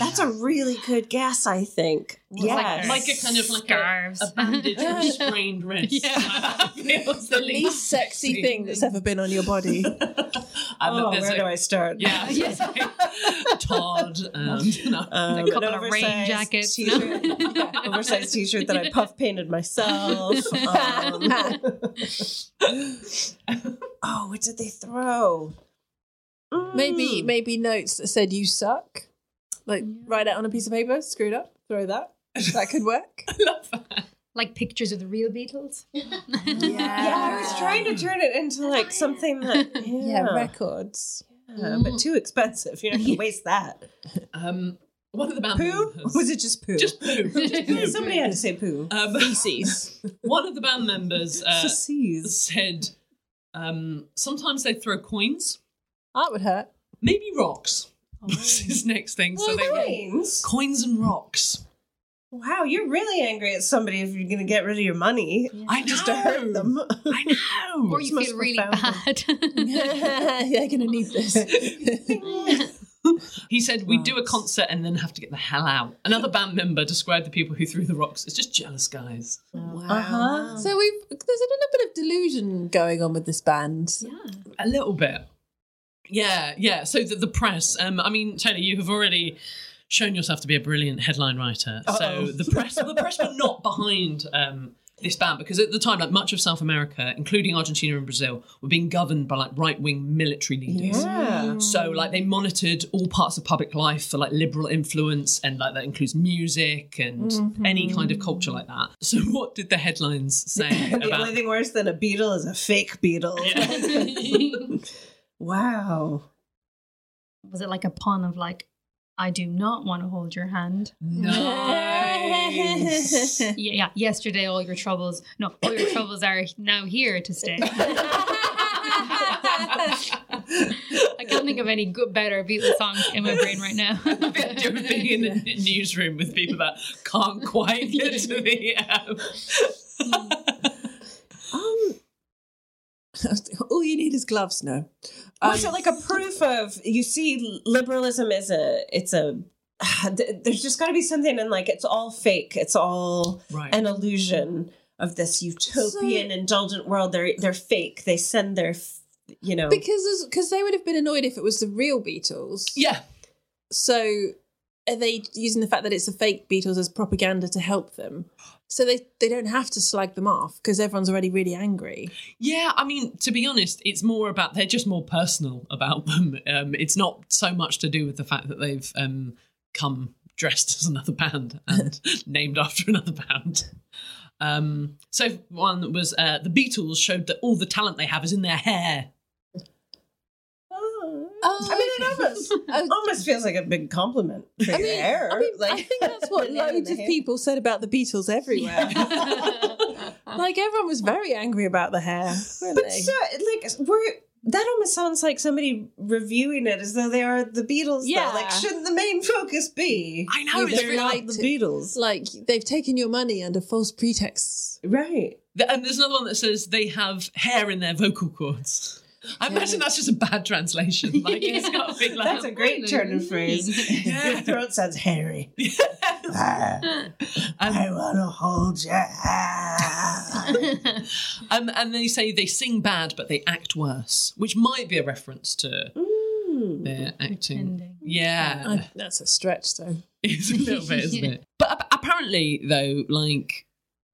E: That's a really good guess, I think. Yes.
C: Like, like a kind of like a, a bandage or sprained wrist. Feels
F: The least sexy thing that's ever been on your body.
C: And
E: Oh,
C: there's
E: where
C: a-
E: do I start?
C: Yeah. yes. Todd. Um, no.
E: Um,
D: A couple
E: an
D: of rain
E: oversized
D: jackets.
E: T-shirt, yeah, oversized t-shirt that I puff painted myself. Um, oh, what did they throw?
F: Maybe maybe notes that said you suck. Like write it on a piece of paper, screwed up, throw that. That could work.
D: like pictures of the real Beatles.
E: Yeah, I was trying to turn it into like something that yeah,
F: Uh, Yeah, records.
E: Yeah, but too expensive. You're not gonna waste that.
C: Um, one of the band
E: Poo?
C: members.
E: Was it just poo?
C: Just poo. Just poo.
E: Somebody had to say poo.
C: Um,
E: Feces.
C: one of the band members uh,
E: Feces.
C: said um, sometimes they throw coins,
F: That would hurt.
C: maybe rocks.
E: Oh,
C: This is next thing. So they were
E: Coins?
C: coins and rocks.
E: Wow, you're really angry at somebody if you're gonna get rid of your money.
C: I know.
E: Just to hurt them.
C: I know.
D: Or you
E: Most
D: feel really bad.
E: profound.
F: They're gonna need this.
C: He said, We do a concert and then have to get the hell out. Another band member described the people who threw the rocks as just jealous guys.
E: Uh-huh.
F: So we've there's a little bit of delusion going on with this band.
C: A little bit. Yeah, yeah. So the, the press, um, I mean, Taylor, you have already shown yourself to be a brilliant headline writer.
E: Uh-oh.
C: So the press, the press were not behind um, this band because at the time, like much of South America, including Argentina and Brazil, were being governed by like right wing military leaders.
E: Yeah.
C: So like they monitored all parts of public life for like liberal influence and like that includes music and
E: Mm-hmm.
C: any kind of culture like that. So what did the headlines say
E: the
C: about
E: only thing worse than a beetle is a fake beetle. wow.
D: Was it like a pun of like, I do not want to hold your hand?
C: Nice.
D: Yeah, yeah. Yesterday, all your troubles. No, all your troubles are now here to stay. I can't think of any good, better Beatles songs in my brain right now.
C: You're being in a newsroom with people that can't quite get to the um,
F: Um, All you need is gloves Um, now.
E: Was it like a proof of you see liberalism is a it's a th- there's just got to be something in like it's all fake it's all
A: Right.
E: an illusion of this utopian indulgent world they're they're fake they send their f- you know
F: Because because they would have been annoyed if it was the real Beatles.
C: Yeah.
F: So are they using the fact that it's the fake Beatles as propaganda to help them? So they they don't have to slag them off because everyone's already really angry.
C: Yeah, I mean, to be honest, it's more about they're just more personal about them. Um, it's not so much to do with the fact that they've um, come dressed as another band and named after another band. Um, so one was uh, the Beatles showed that all the talent they have is in their hair.
E: I mean, it almost, Ah. almost feels like a big compliment for your hair. like, I think
F: That's what loads of people said about the Beatles everywhere. like everyone was very angry about the hair. weren't
E: But
F: they?
E: so, like, we're that almost sounds like somebody reviewing it as though they are the Beatles. Yeah,
F: Yeah.
E: like, shouldn't the main focus be? I
F: We don't
E: like the Beatles.
F: Like they've taken your money under false pretexts.
E: Right.
C: Th- And there's another one that says they have hair in their vocal cords. I imagine that's just a bad translation. Like it's got to be like
E: That's a great turn of phrase. Your throat sounds hairy. I want to hold your
C: um, and they say they sing bad, but they act worse, which might be a reference to their acting. Yeah,
F: I- that's a stretch, though.
C: it's a little bit, isn't it? But ap- apparently, though, like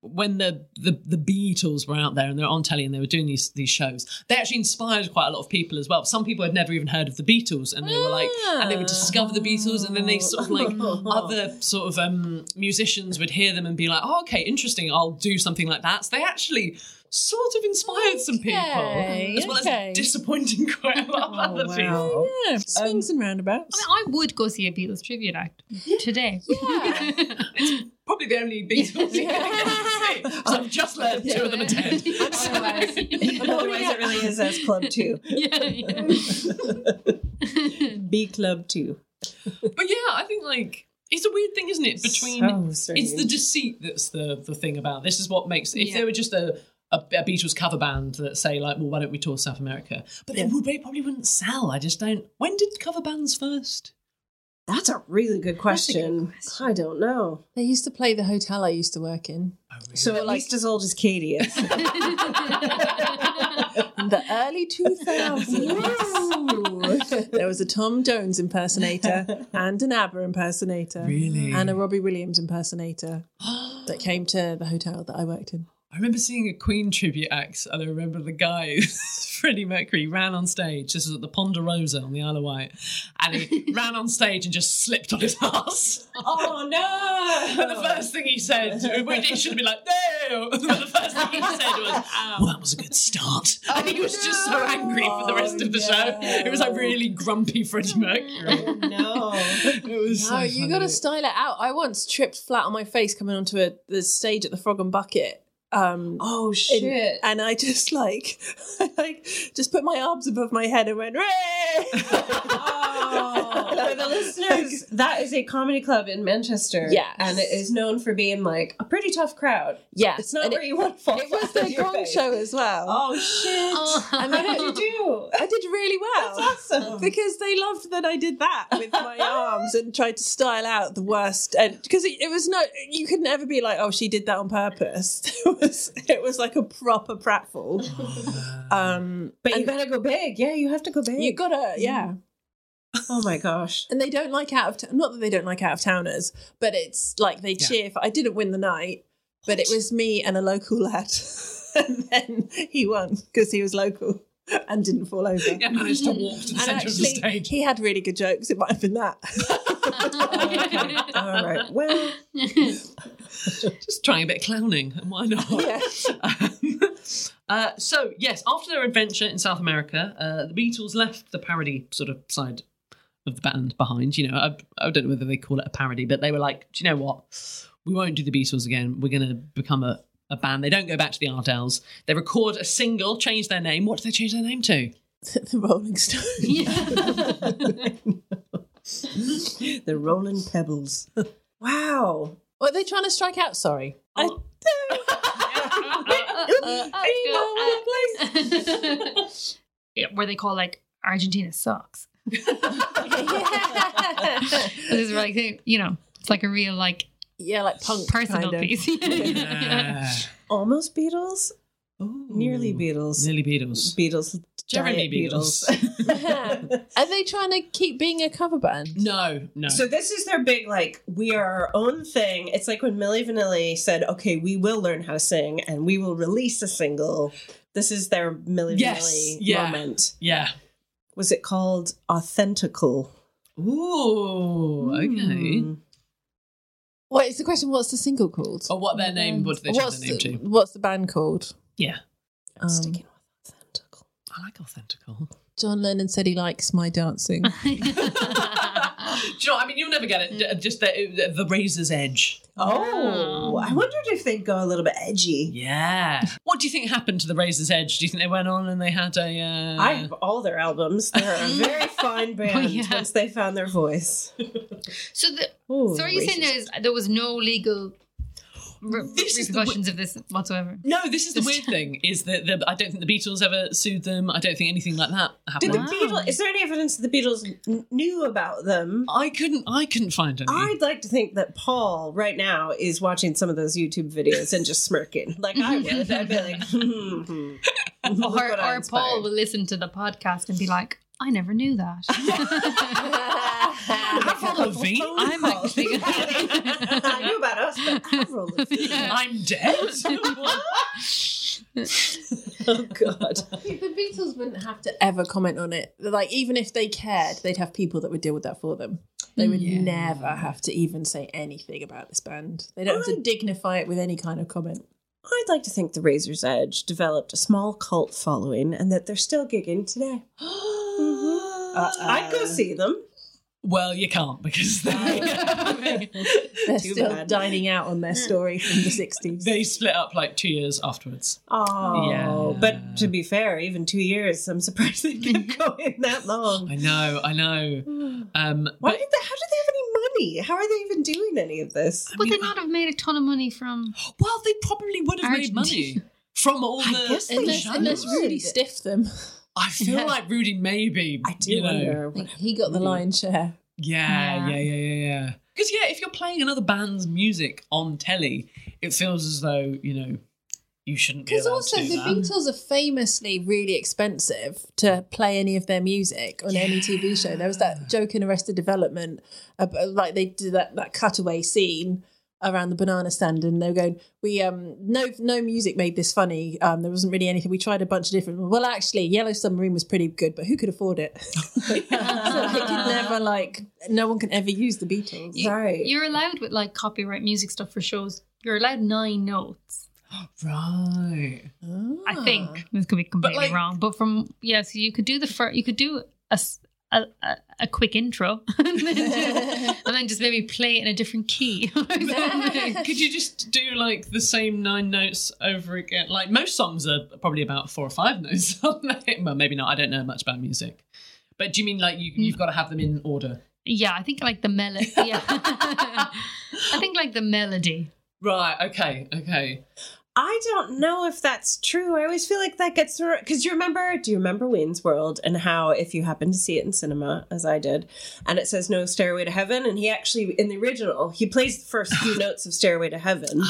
C: when the, the the Beatles were out there and they were on telly and they were doing these these shows, they actually inspired quite a lot of people as well. Some people had never even heard of the Beatles, and they were like, and
F: Ah.
C: they would discover the Beatles, and then they sort of like other sort of um, musicians would hear them and be like, oh, okay, interesting. I'll do something like that. So they actually. Sort of inspired some people,
F: Okay,
C: as well
F: okay. Oh,
C: as disappointing quite a lot of other people.
F: Yeah, swings
E: um,
F: and roundabouts.
D: I would go see a Beatles tribute act today.
C: Probably the only Beatles. So I've just learned two of them are dead.
E: Otherwise, it really is as Club Two. B Club Two.
C: But yeah, I think like it's a weird thing, isn't it? Between
E: So
C: it's the
E: strange.
C: deceit that's the the thing about this is what makes if they were just a, a a Beatles cover band that say like, well, why don't we tour South America? But they would they probably wouldn't sell. I just don't. When did cover bands first?
E: That's a really good question. I don't know.
F: They used to play the hotel I used to work in.
E: So at least as old as Katie is.
F: In the early 2000s, there was a Tom Jones impersonator and an ABBA impersonator.
C: Really?
F: And a Robbie Williams impersonator that came to the hotel that I worked in.
C: I remember seeing a Queen tribute act, and I remember the guy, Freddie Mercury, ran on stage. This was at the Ponderosa on the Isle of Wight, and he ran on stage and just slipped on his ass.
E: Oh no!
C: And the first thing he said, which it should be like, no! But the first thing he said was, well, that was a good start.
F: Oh,
C: and he was just so angry for the rest of the show. It was like really grumpy Freddie Mercury.
E: no.
C: It was so
F: No, you
C: funny.
F: got to style it out. I once tripped flat on my face coming onto a, the stage at the Frog and Bucket. Um,
E: oh
F: shit! and I just like, like, just put my arms above my head and went, "Hooray!" Oh.
E: For the listeners, that is a comedy club in Manchester.
F: Yes.
E: And it is known for being like a pretty tough crowd.
F: Yes.
E: It's not
F: And
E: where
F: it-
E: you want to fall.
F: It was
E: flat on
F: the
E: your
F: gong
E: face.
F: show as well.
E: Oh shit!
F: And
E: How did you do?
F: I did really well.
E: That's awesome.
F: Because they loved that I did that with my arms and tried to style out the worst. And because it, it was no, you could never be like, oh, she did that on purpose. It was, it was like a proper pratfall. um,
E: but you gotta go big. Yeah, you have to go big.
F: You gotta, yeah.
E: Oh my gosh.
F: And they don't like out of t- not that they don't like out of towners, but it's like they cheer for. I didn't win the night, but it was me and a local lad, and then he won because he was local and didn't fall over.
C: Yeah, managed to walk to the
F: And
C: centre of the
F: actually,
C: stage.
F: He had really good jokes. It might have been that.
E: All right. Well,
C: Just trying a bit of clowning, and why not? Um, Uh, so, yes, after their adventure in South America, uh, the Beatles left the parody sort of side of the band behind. You know, I, I don't know whether they call it a parody, but they were like, do you know what? We won't do the Beatles again. We're going to become a, a band. They don't go back to the Ardells. They record a single, change their name. What do they change their name to?
F: the Rolling Stones.
E: the rolling pebbles. wow.
F: Were they trying to strike out? Sorry. I-
D: Yeah, where they call like Argentina sucks. this is like you know, it's like a real like
F: yeah, like punk
D: personal
F: kind of.
D: piece.
E: Almost Beatles. Nearly Beatles.
C: Nearly Beatles.
E: Beatles.
C: Jeremy
E: diet
C: Beatles.
F: Are they trying to keep being a cover band?
C: No, no.
E: So this is their big like we are our own thing. It's like when Millie Vanilli said, "Okay, we will learn how to sing and we will release a single." This is their Millie
C: Yes,
E: Vanilli
C: yeah.
E: moment.
C: Yeah.
E: Was it called Authentical?
C: Ooh, okay. Hmm.
F: Wait, it's the question. What's the single called?
C: Or Oh, what their name? What do they change
F: What's
C: their name
F: the,
C: to?
F: what's the band called?
C: Yeah.
F: Um,
C: I like authentical.
F: John Lennon said he likes my dancing.
C: Do you know? what? I mean, you'll never get it. J- Just uh, the, the razor's edge.
E: Oh, I wondered if they'd go a little bit edgy.
C: Yeah. What do you think happened to the razor's edge? Do you think they went on and they had a? Uh...
E: I have all their albums. They're a very fine band
D: yeah.
E: once they found their voice.
D: So, the,
E: Ooh,
D: so are you saying
E: racist.
D: there's, there was no legal re-
C: This is the
D: repercussions of this whatsoever?
C: No, this is the weird thing is that the, I don't think the Beatles ever sued them. I don't think anything like that happened.
E: Did the Beatles? Is there any evidence that the Beatles n- knew about them?
C: I couldn't. I couldn't find any.
E: I'd like to think that Paul right now is watching some of those YouTube videos and just smirking. Like I would. I'd be like, hmm, hmm. Look
D: or
E: what I
D: or Paul will listen to the podcast and be like, I never knew that. I'm actually.
E: I knew about us, but Avril
C: I'm dead.
E: oh God.
F: the Beatles wouldn't have to ever comment on it. Like, even if they cared, they'd have people that would deal with that for them. They would never have to even say anything about this band. They don't have to dignify it with any kind of comment.
E: I'd like to think the Razor's Edge developed a small cult following and that they're still gigging today. Mhm. Uh, I'd go see them.
C: Well, you can't because
F: They're
C: Too
F: still
C: bad.
F: dining out on their story from the 60s.
C: they split up like two years afterwards.
E: Oh,
C: Yeah.
E: but to be fair, even two years, I'm surprised they didn't go in that long.
C: I know, I know. Um,
E: Why did they, how did they have any money? How are they even doing any of this?
D: Would they not have made a ton of money from?
C: Well, they probably would have made money from all the
F: guess they Unless- should. unless Rudy stiffed them.
C: I feel
F: Yeah.
C: like Rudy maybe. I do
F: he got the lion's share.
C: Yeah, yeah, yeah, yeah, yeah. Because yeah, if you're playing another band's music on telly, it feels as though you know you shouldn't be
F: Because
C: allowed
F: also
C: to do
F: the
C: that.
F: Beatles are famously really expensive to play any of their music on any TV show. There was that joke in Arrested Development, about, like they did that, that cutaway scene around the banana stand, and they were going, "We um no no music made this funny. Um, there wasn't really anything. We tried a bunch of different. Well, actually, Yellow Submarine was pretty good, but who could afford it? so they could never like no one can ever use the Beatles.
D: You- You're allowed with like copyright music stuff for shows. You're allowed nine notes.
C: Right.
F: Ah.
D: I think this could be completely wrong, but from yeah, so you could do the first, you could do a, s- a- a- a quick intro, and then, do- and then just maybe play it in a different key. or something.
C: Could you just do like the same nine notes over again? Like most songs are probably about four or five notes, aren't they? Well, maybe not. I don't know much about music. But do you mean like you,
E: Mm.
C: you've got to have them in order?
D: yeah, I think like the melody. Yeah, I think like the melody.
C: Right. Okay. Okay.
E: I don't know if that's true. I always feel like that gets through because you remember. Do you remember Wayne's World and how if you happen to see it in cinema, as I did, and it says "No Stairway to Heaven," and he actually in the original he plays the first few notes of "Stairway to Heaven,"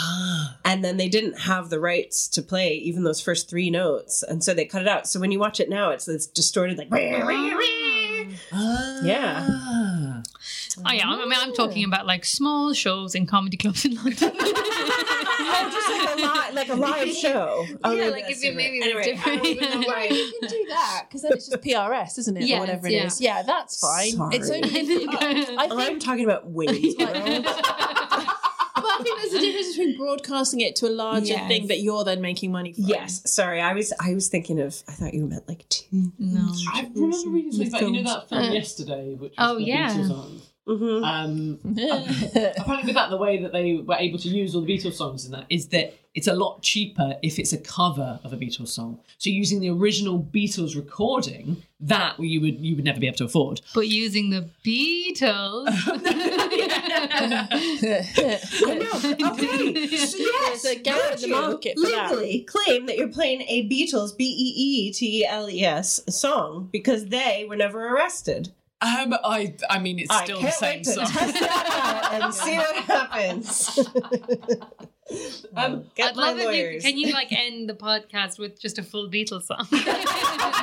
E: and then they didn't have the rights to play even those first three notes, and so they cut it out. So when you watch it now, it's this distorted like.
D: Ah.
E: Yeah.
C: Ah.
D: Oh yeah, I mean I'm
F: Ah.
D: talking about like small shows in comedy clubs in London.
E: just like a, li- like a live show.
D: Yeah, like if you maybe there's different.
F: you can do that because then it's just PRS, isn't it,
D: Yes,
F: or whatever
D: yeah.
F: it is. Yeah, that's fine.
E: Sorry.
F: It's only.
D: uh,
F: I
E: Oh, I'm talking about Wayne's World.
F: But I think there's a difference between broadcasting it to a larger
E: Yes.
F: thing that you're then making money from.
E: Yes, sorry. I was I was thinking of. I thought you meant like two.
D: No,
C: I remember reading something about you know that film
E: Uh,
C: yesterday, which was
E: oh,
C: the
E: yeah.
C: Beatles on.
E: Mm-hmm.
C: Um, apparently, with that, the way that they were able to use all the Beatles songs in that is that it's a lot cheaper if it's a cover of a Beatles song. So using the original Beatles recording, that you would you would never be able to afford.
D: But using the Beatles. Oh,
E: Okay. so Oh, yes,
F: There's a gap
E: can't
F: in the
E: you
F: market for that.
E: legally claim that you're playing a Beatles B E E T E L E S song because they were never arrested.
C: Um, I I mean it's
E: I
C: still the
E: can't
C: same
E: wait to
C: song.
E: test that out and see what happens.
C: Um,
E: Get
D: I'd
E: my
D: love if you
E: lawyers.
D: can you like end the podcast with just a full Beatles song.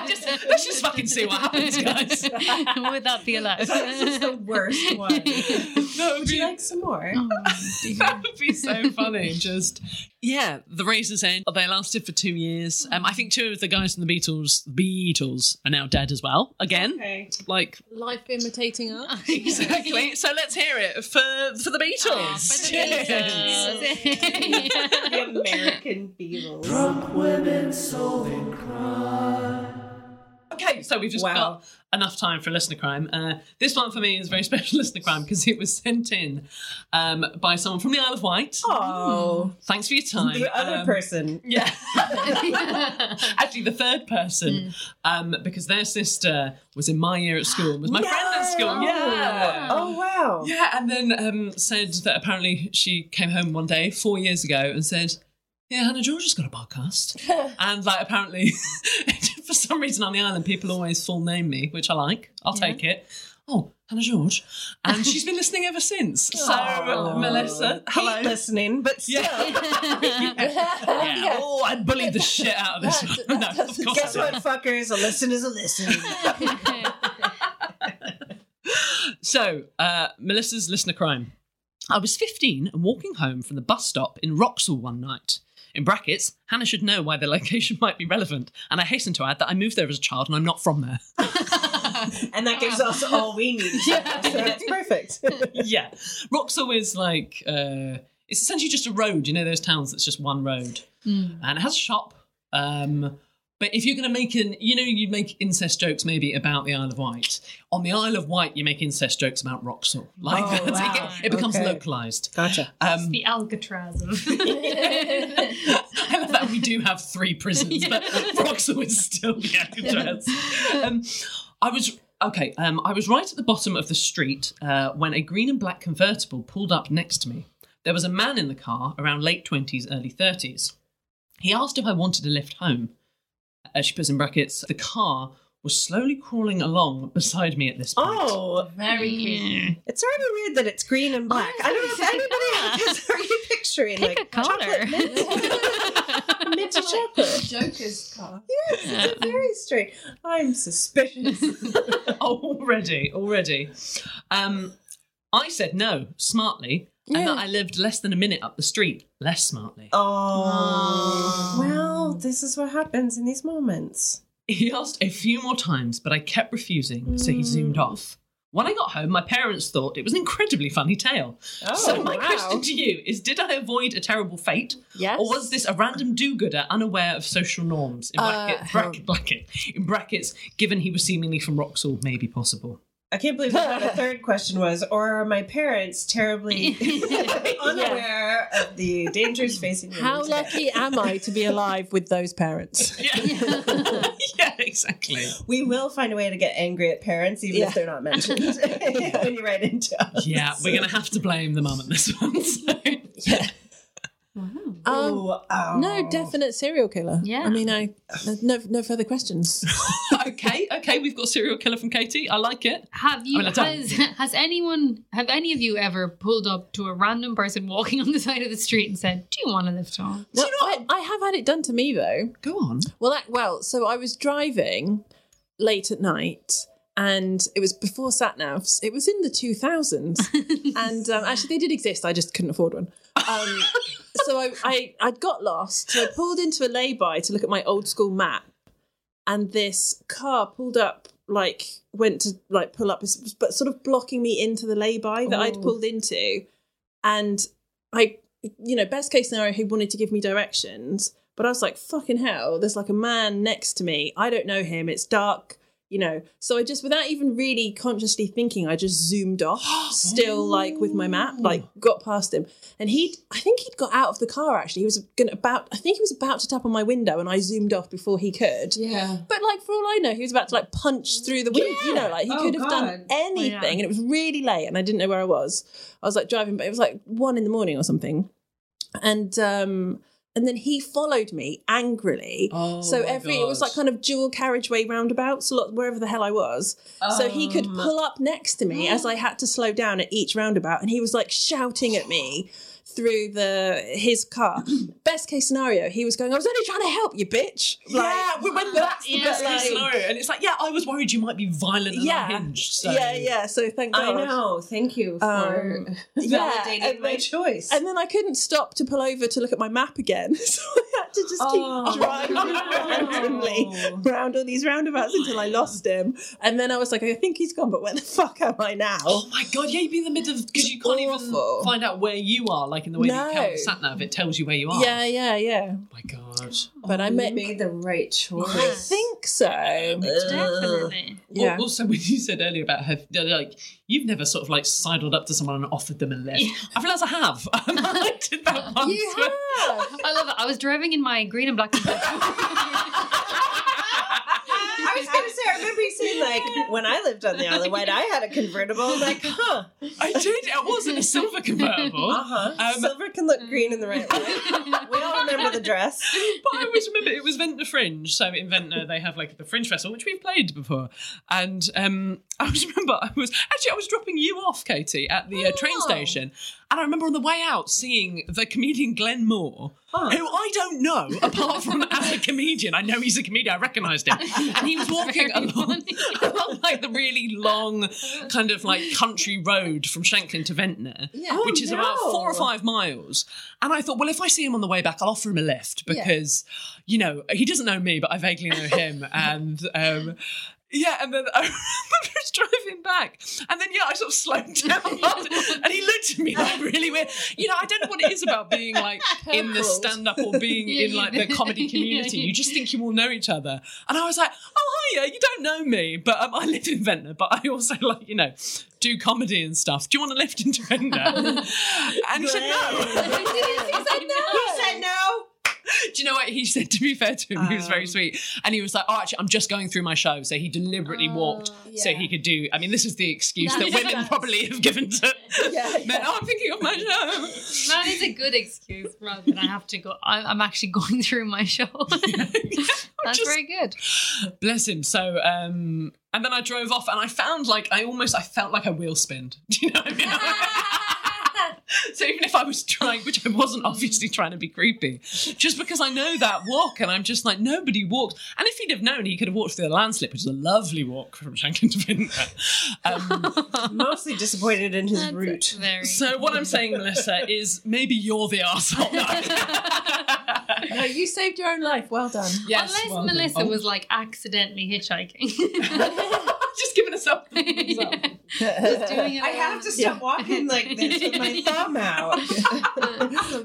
C: just, let's just fucking see what happens, guys.
D: Would that be allowed?
E: This is the worst one. Would you like some more?
C: that would be so funny. Just yeah, the Razor's End. They lasted for two years. Um, I think two of the guys from the Beatles, Beatles, are now dead as well. Again, like
F: Life imitating art.
C: exactly. so let's hear it for for the
E: Ah,
C: Beatles.
E: the American Beatles.
A: Drunk women solving crime.
C: Okay, so we've just got enough time for listener crime. Uh, this one for me is a very special listener crime because it was sent in um, by someone from the Isle of Wight.
E: Oh,
C: thanks for your time.
E: The other
C: Um,
E: person.
C: Yeah. Actually, the third person, um,
E: Hmm.
C: because their sister was in my year at school, was my friend at school. Yeah.
E: Oh wow.
C: Yeah, and then um, said that apparently she came home one day four years ago and said, "Yeah, Hannah George has got a podcast," and like apparently, for some reason on the island, people always full name me, which I like. I'll take it. Oh, Hannah George, and she's been listening ever since. So Melissa, hello,
E: Oh, Hate listening, but still.
C: yeah. Oh, I bullied the shit out of this one. No, of course I
E: Guess what,
C: didn't.
E: fuckers? A listen is a listen.
C: So, uh, Melissa's listener crime. I was 15 and walking home from the bus stop in Wroxall one night. In brackets, Hannah should know why the location might be relevant, and I hasten to add that I moved there as a child and I'm not from there.
E: and that gives us all we need. Yeah. So that's perfect.
C: yeah. Wroxall is like, uh, it's essentially just a road. You know those towns that's just one road.
D: Hmm.
C: and it has a shop. Um, but if you're going to make an, you know, you make incest jokes maybe about the Isle of Wight. On the Isle of Wight, you make incest jokes about Roxall. Like
D: Oh,
C: that's, it,
D: wow.
C: get- it becomes
D: Okay.
C: localized.
E: Gotcha.
C: Um,
D: the Alcatraz of.
C: I love that we do have three prisons, but Roxall is still the Alcatraz. Um, I was okay. Um, I was right at the bottom of the street uh, when a green and black convertible pulled up next to me. There was a man in the car, around late twenties, early thirties. He asked if I wanted a lift home. As she puts in brackets, the car was slowly crawling along beside me at this point.
E: Oh,
D: very
E: creepy. It's already weird that it's green and black. I don't know if anybody else is already picturing
D: Pick
E: like
D: a colour.
E: chocolate mint, mint to chocolate.
F: Joker's car.
E: Yes, it's very strange. I'm suspicious.
C: already, already. Um, I said no smartly, and that I lived less than a minute up the street less smartly.
E: Oh. Well, this is what happens in these moments.
C: He asked a few more times, but I kept refusing, so he zoomed off. When I got home, my parents thought it was an incredibly funny tale.
E: Oh,
C: so my
E: wow.
C: question to you is: Did I avoid a terrible fate,
F: Yes.
C: or was this a random do-gooder unaware of social norms? In bracket,
F: Uh,
C: bracket, bracket, in brackets, given he was seemingly from Roxall, maybe possible.
E: I can't believe that the third question was, or are my parents terribly unaware of the dangers facing them
F: How
E: today?
F: lucky am I to be alive with those parents?
C: yeah, exactly.
E: We will find a way to get angry at parents, even
F: Yeah.
E: if they're not mentioned. when you write into us.
C: Yeah, we're gonna have to blame the mum on this one. So.
F: Um,
E: Oh, oh.
F: no, definite serial killer.
D: Yeah.
F: I mean, I no no further questions.
C: okay, okay, we've got serial killer from Katie. I like it.
D: Have you
C: I mean, I don't-
D: has, has anyone have any of you ever pulled up to a random person walking on the side of the street and said, "Do you want to lift home?"
F: No, I, I have had it done to me though.
C: Go on.
F: Well, that, well, so I was driving late at night, and it was before sat navs. It was in the two thousands, and um, actually they did exist. I just couldn't afford one. Um, so I, I I'd got lost. So I pulled into a lay-by to look at my old school map, and this car pulled up. Like went to like pull up, but sort of blocking me into the lay-by that I'd
E: Oh.
F: pulled into, and I, you know, best case scenario, he wanted to give me directions, but I was like, fucking hell, there's like a man next to me. I don't know him. It's dark. you know. So I just, without even really consciously thinking, I just zoomed off, still like with my map, like got past him. And he, I think he'd got out of the car actually. He was gonna about, I think he was about to tap on my window, and I zoomed off before he could.
D: Yeah.
F: But like for all I know, he was about to like punch through the window. You know, like he
D: Oh,
F: could have
D: God. Oh,
F: done anything, and
D: Yeah.
F: it was really late, and I didn't know where I was. I was like driving, but it was like one in the morning or something and um and then he followed me angrily.
D: Oh,
F: so
D: my
F: every it was
D: God.
F: like kind of dual carriageway roundabouts, a lot wherever the hell I was. so he could
D: Um.
F: pull up next to me as I had to slow down at each roundabout, and he was like shouting at me through the his car. best case scenario, he was going, "I was only trying to help you, bitch." Like,
C: yeah, we- when that's the
F: Yeah,
C: best
F: like-
C: case scenario, and it's like, yeah, I was worried you might be violent and
F: Yeah.
C: unhinged. So.
F: Yeah, yeah. So thank
E: I
F: God.
E: know. Thank you for
F: Um,
E: validating
F: and
E: my
F: then-
E: choice.
F: And then I couldn't stop to pull over to look at my map again. So I had to just
E: Oh,
F: keep driving randomly round all these roundabouts until I lost him. And then I was like, I think he's gone, but where the fuck am I now?
C: Oh my god, yeah, you'd be in the middle of because you can't even find out where you are, like in the way that
F: No.
C: you count sat nav, it tells you where you are. Oh
F: Yeah, yeah, yeah.
C: my god.
F: But I made,
E: the right choice.
F: I think so.
C: Definitely.
F: Yeah.
C: Al- Also, when you said earlier about her, they're like you've never sort of like sidled up to someone and offered them a lift. I realised I have. I did that once.
D: You have. I love it. I was driving in my green and black.
E: I was going to say, I remember you saying, like, when I lived on the Isle of Wight, I had a convertible. Like, huh.
C: I did. It wasn't a silver convertible.
E: Uh-huh.
C: Um,
E: Silver can look green in the right light. we all remember the dress.
C: but I always remember it was Ventnor Fringe. So in Ventnor they have like the Fringe Festival, which we've played before. And um, I always remember I was actually I was dropping you off, Katie, at the uh, train station, and I remember on the way out seeing the comedian Glenn Moore, who I don't know apart from as a comedian. I know he's a comedian. I recognised him, and he was walking along, along like the really long kind of like country road from Shanklin to Ventnor,
A: Yeah.
C: which
A: Oh,
C: is about
A: no.
C: four or five miles. And I thought, well, if I see him on the way back, I'll offer him a lift
A: Yeah.
C: because, you know, he doesn't know me, but I vaguely know him. and um, yeah, and then I remember just driving back. And then, yeah, I sort of slowed down. and he looked at me like really weird. You know, I don't know what it is about being like in the
A: Purpled.
C: stand up or being
A: Yeah,
C: in like
A: you-
C: the comedy community.
A: yeah,
C: You just think you all know each other. And I was like, oh, hiya, you don't know me, but um, I live in Ventnor, but I also like, you know, do comedy and stuff. Do you want to lift into Ventnor? and he said no.
A: He said no.
C: He said
E: no.
C: Do you know what he said? To be fair to him, he was
D: Um.
C: very sweet, and he was like, "Oh, actually, I'm just going through my show." So he deliberately walked so he could do. I mean, this is the excuse
D: Oh, That
C: that
D: is
C: women
D: nice.
C: probably have given to men. Oh, I'm thinking of my show.
D: That is a good excuse rather than I have to go. I'm, I'm actually going through my show. That's very good.
C: Bless him. So, um, and then I drove off, and I found like I almost I felt like I wheel spinned. Do you know what I mean? so even if I was trying, which I wasn't, obviously trying to be creepy, just because I know that walk, and I'm just like nobody walks. And if he'd have known, he could have walked through the landslip, which is a lovely walk from Shanklin to Um, Vintner.
E: Mostly disappointed in his root.
C: So what I'm saying, Melissa, is maybe you're the arsehole.
F: No, you saved your own life. Well done.
C: Yes,
D: Unless
C: well done.
D: Melissa
C: Oh.
D: was like accidentally hitchhiking.
C: Just giving herself.
D: doing it
E: I have to stop
D: Yeah.
E: walking like this with my thumb out.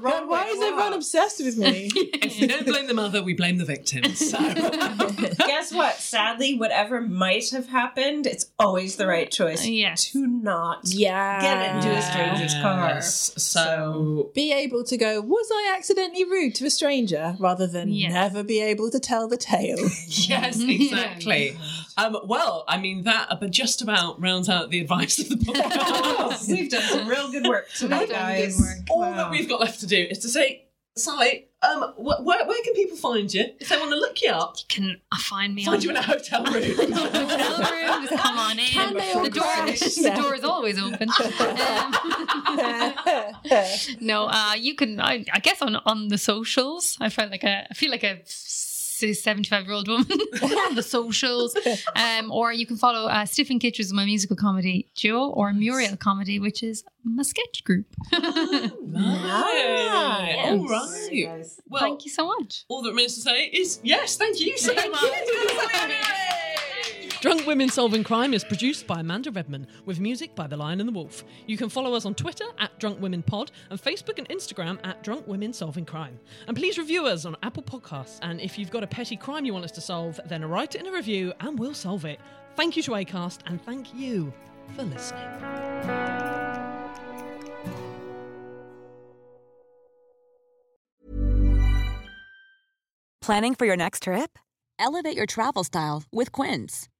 F: God, why is everyone obsessed with me?
C: if we don't blame the mother, we blame the victim. So
E: Guess what? Sadly, whatever might have happened, it's always the right choice to not
F: Yeah.
E: get into a stranger's car.
C: uh, So
F: be able to go, was I accidentally rude to a stranger? Rather than never be able to tell the tale.
C: yes, exactly. Um, well, I mean that, uh, but just about rounds out the advice of the podcast.
E: We've done some real good work tonight, guys.
C: All that we've got left to do is to say, Sally, um, wh- where, where can people find you if they want to look you up?
D: Can find me?
C: Find
D: on-
C: you in a hotel room.
D: hotel room. Just come on in. The door, the door is always open. Um, no, uh, you can. I, I guess on on the socials. I felt like a. I feel like a. 75 year old woman on the socials um, or you can follow uh, Stephen Kitchers my musical comedy duo or Muriel comedy which is my sketch group
C: Right.
D: Yes.
C: All right. Well, thank
D: you so much.
C: All that remains to say is yes, thank you so much. Drunk Drunk Women Solving Crime is produced by Amanda Redman with music by The Lion and the Wolf. You can follow us on Twitter at Drunk Women Pod and Facebook and Instagram at Drunk Women Solving Crime. And please review us on Apple Podcasts. And if you've got a petty crime you want us to solve, then write it in a review and we'll solve it. Thank you to Acast and thank you for listening.
H: Planning for your next trip? Elevate your travel style with Quince.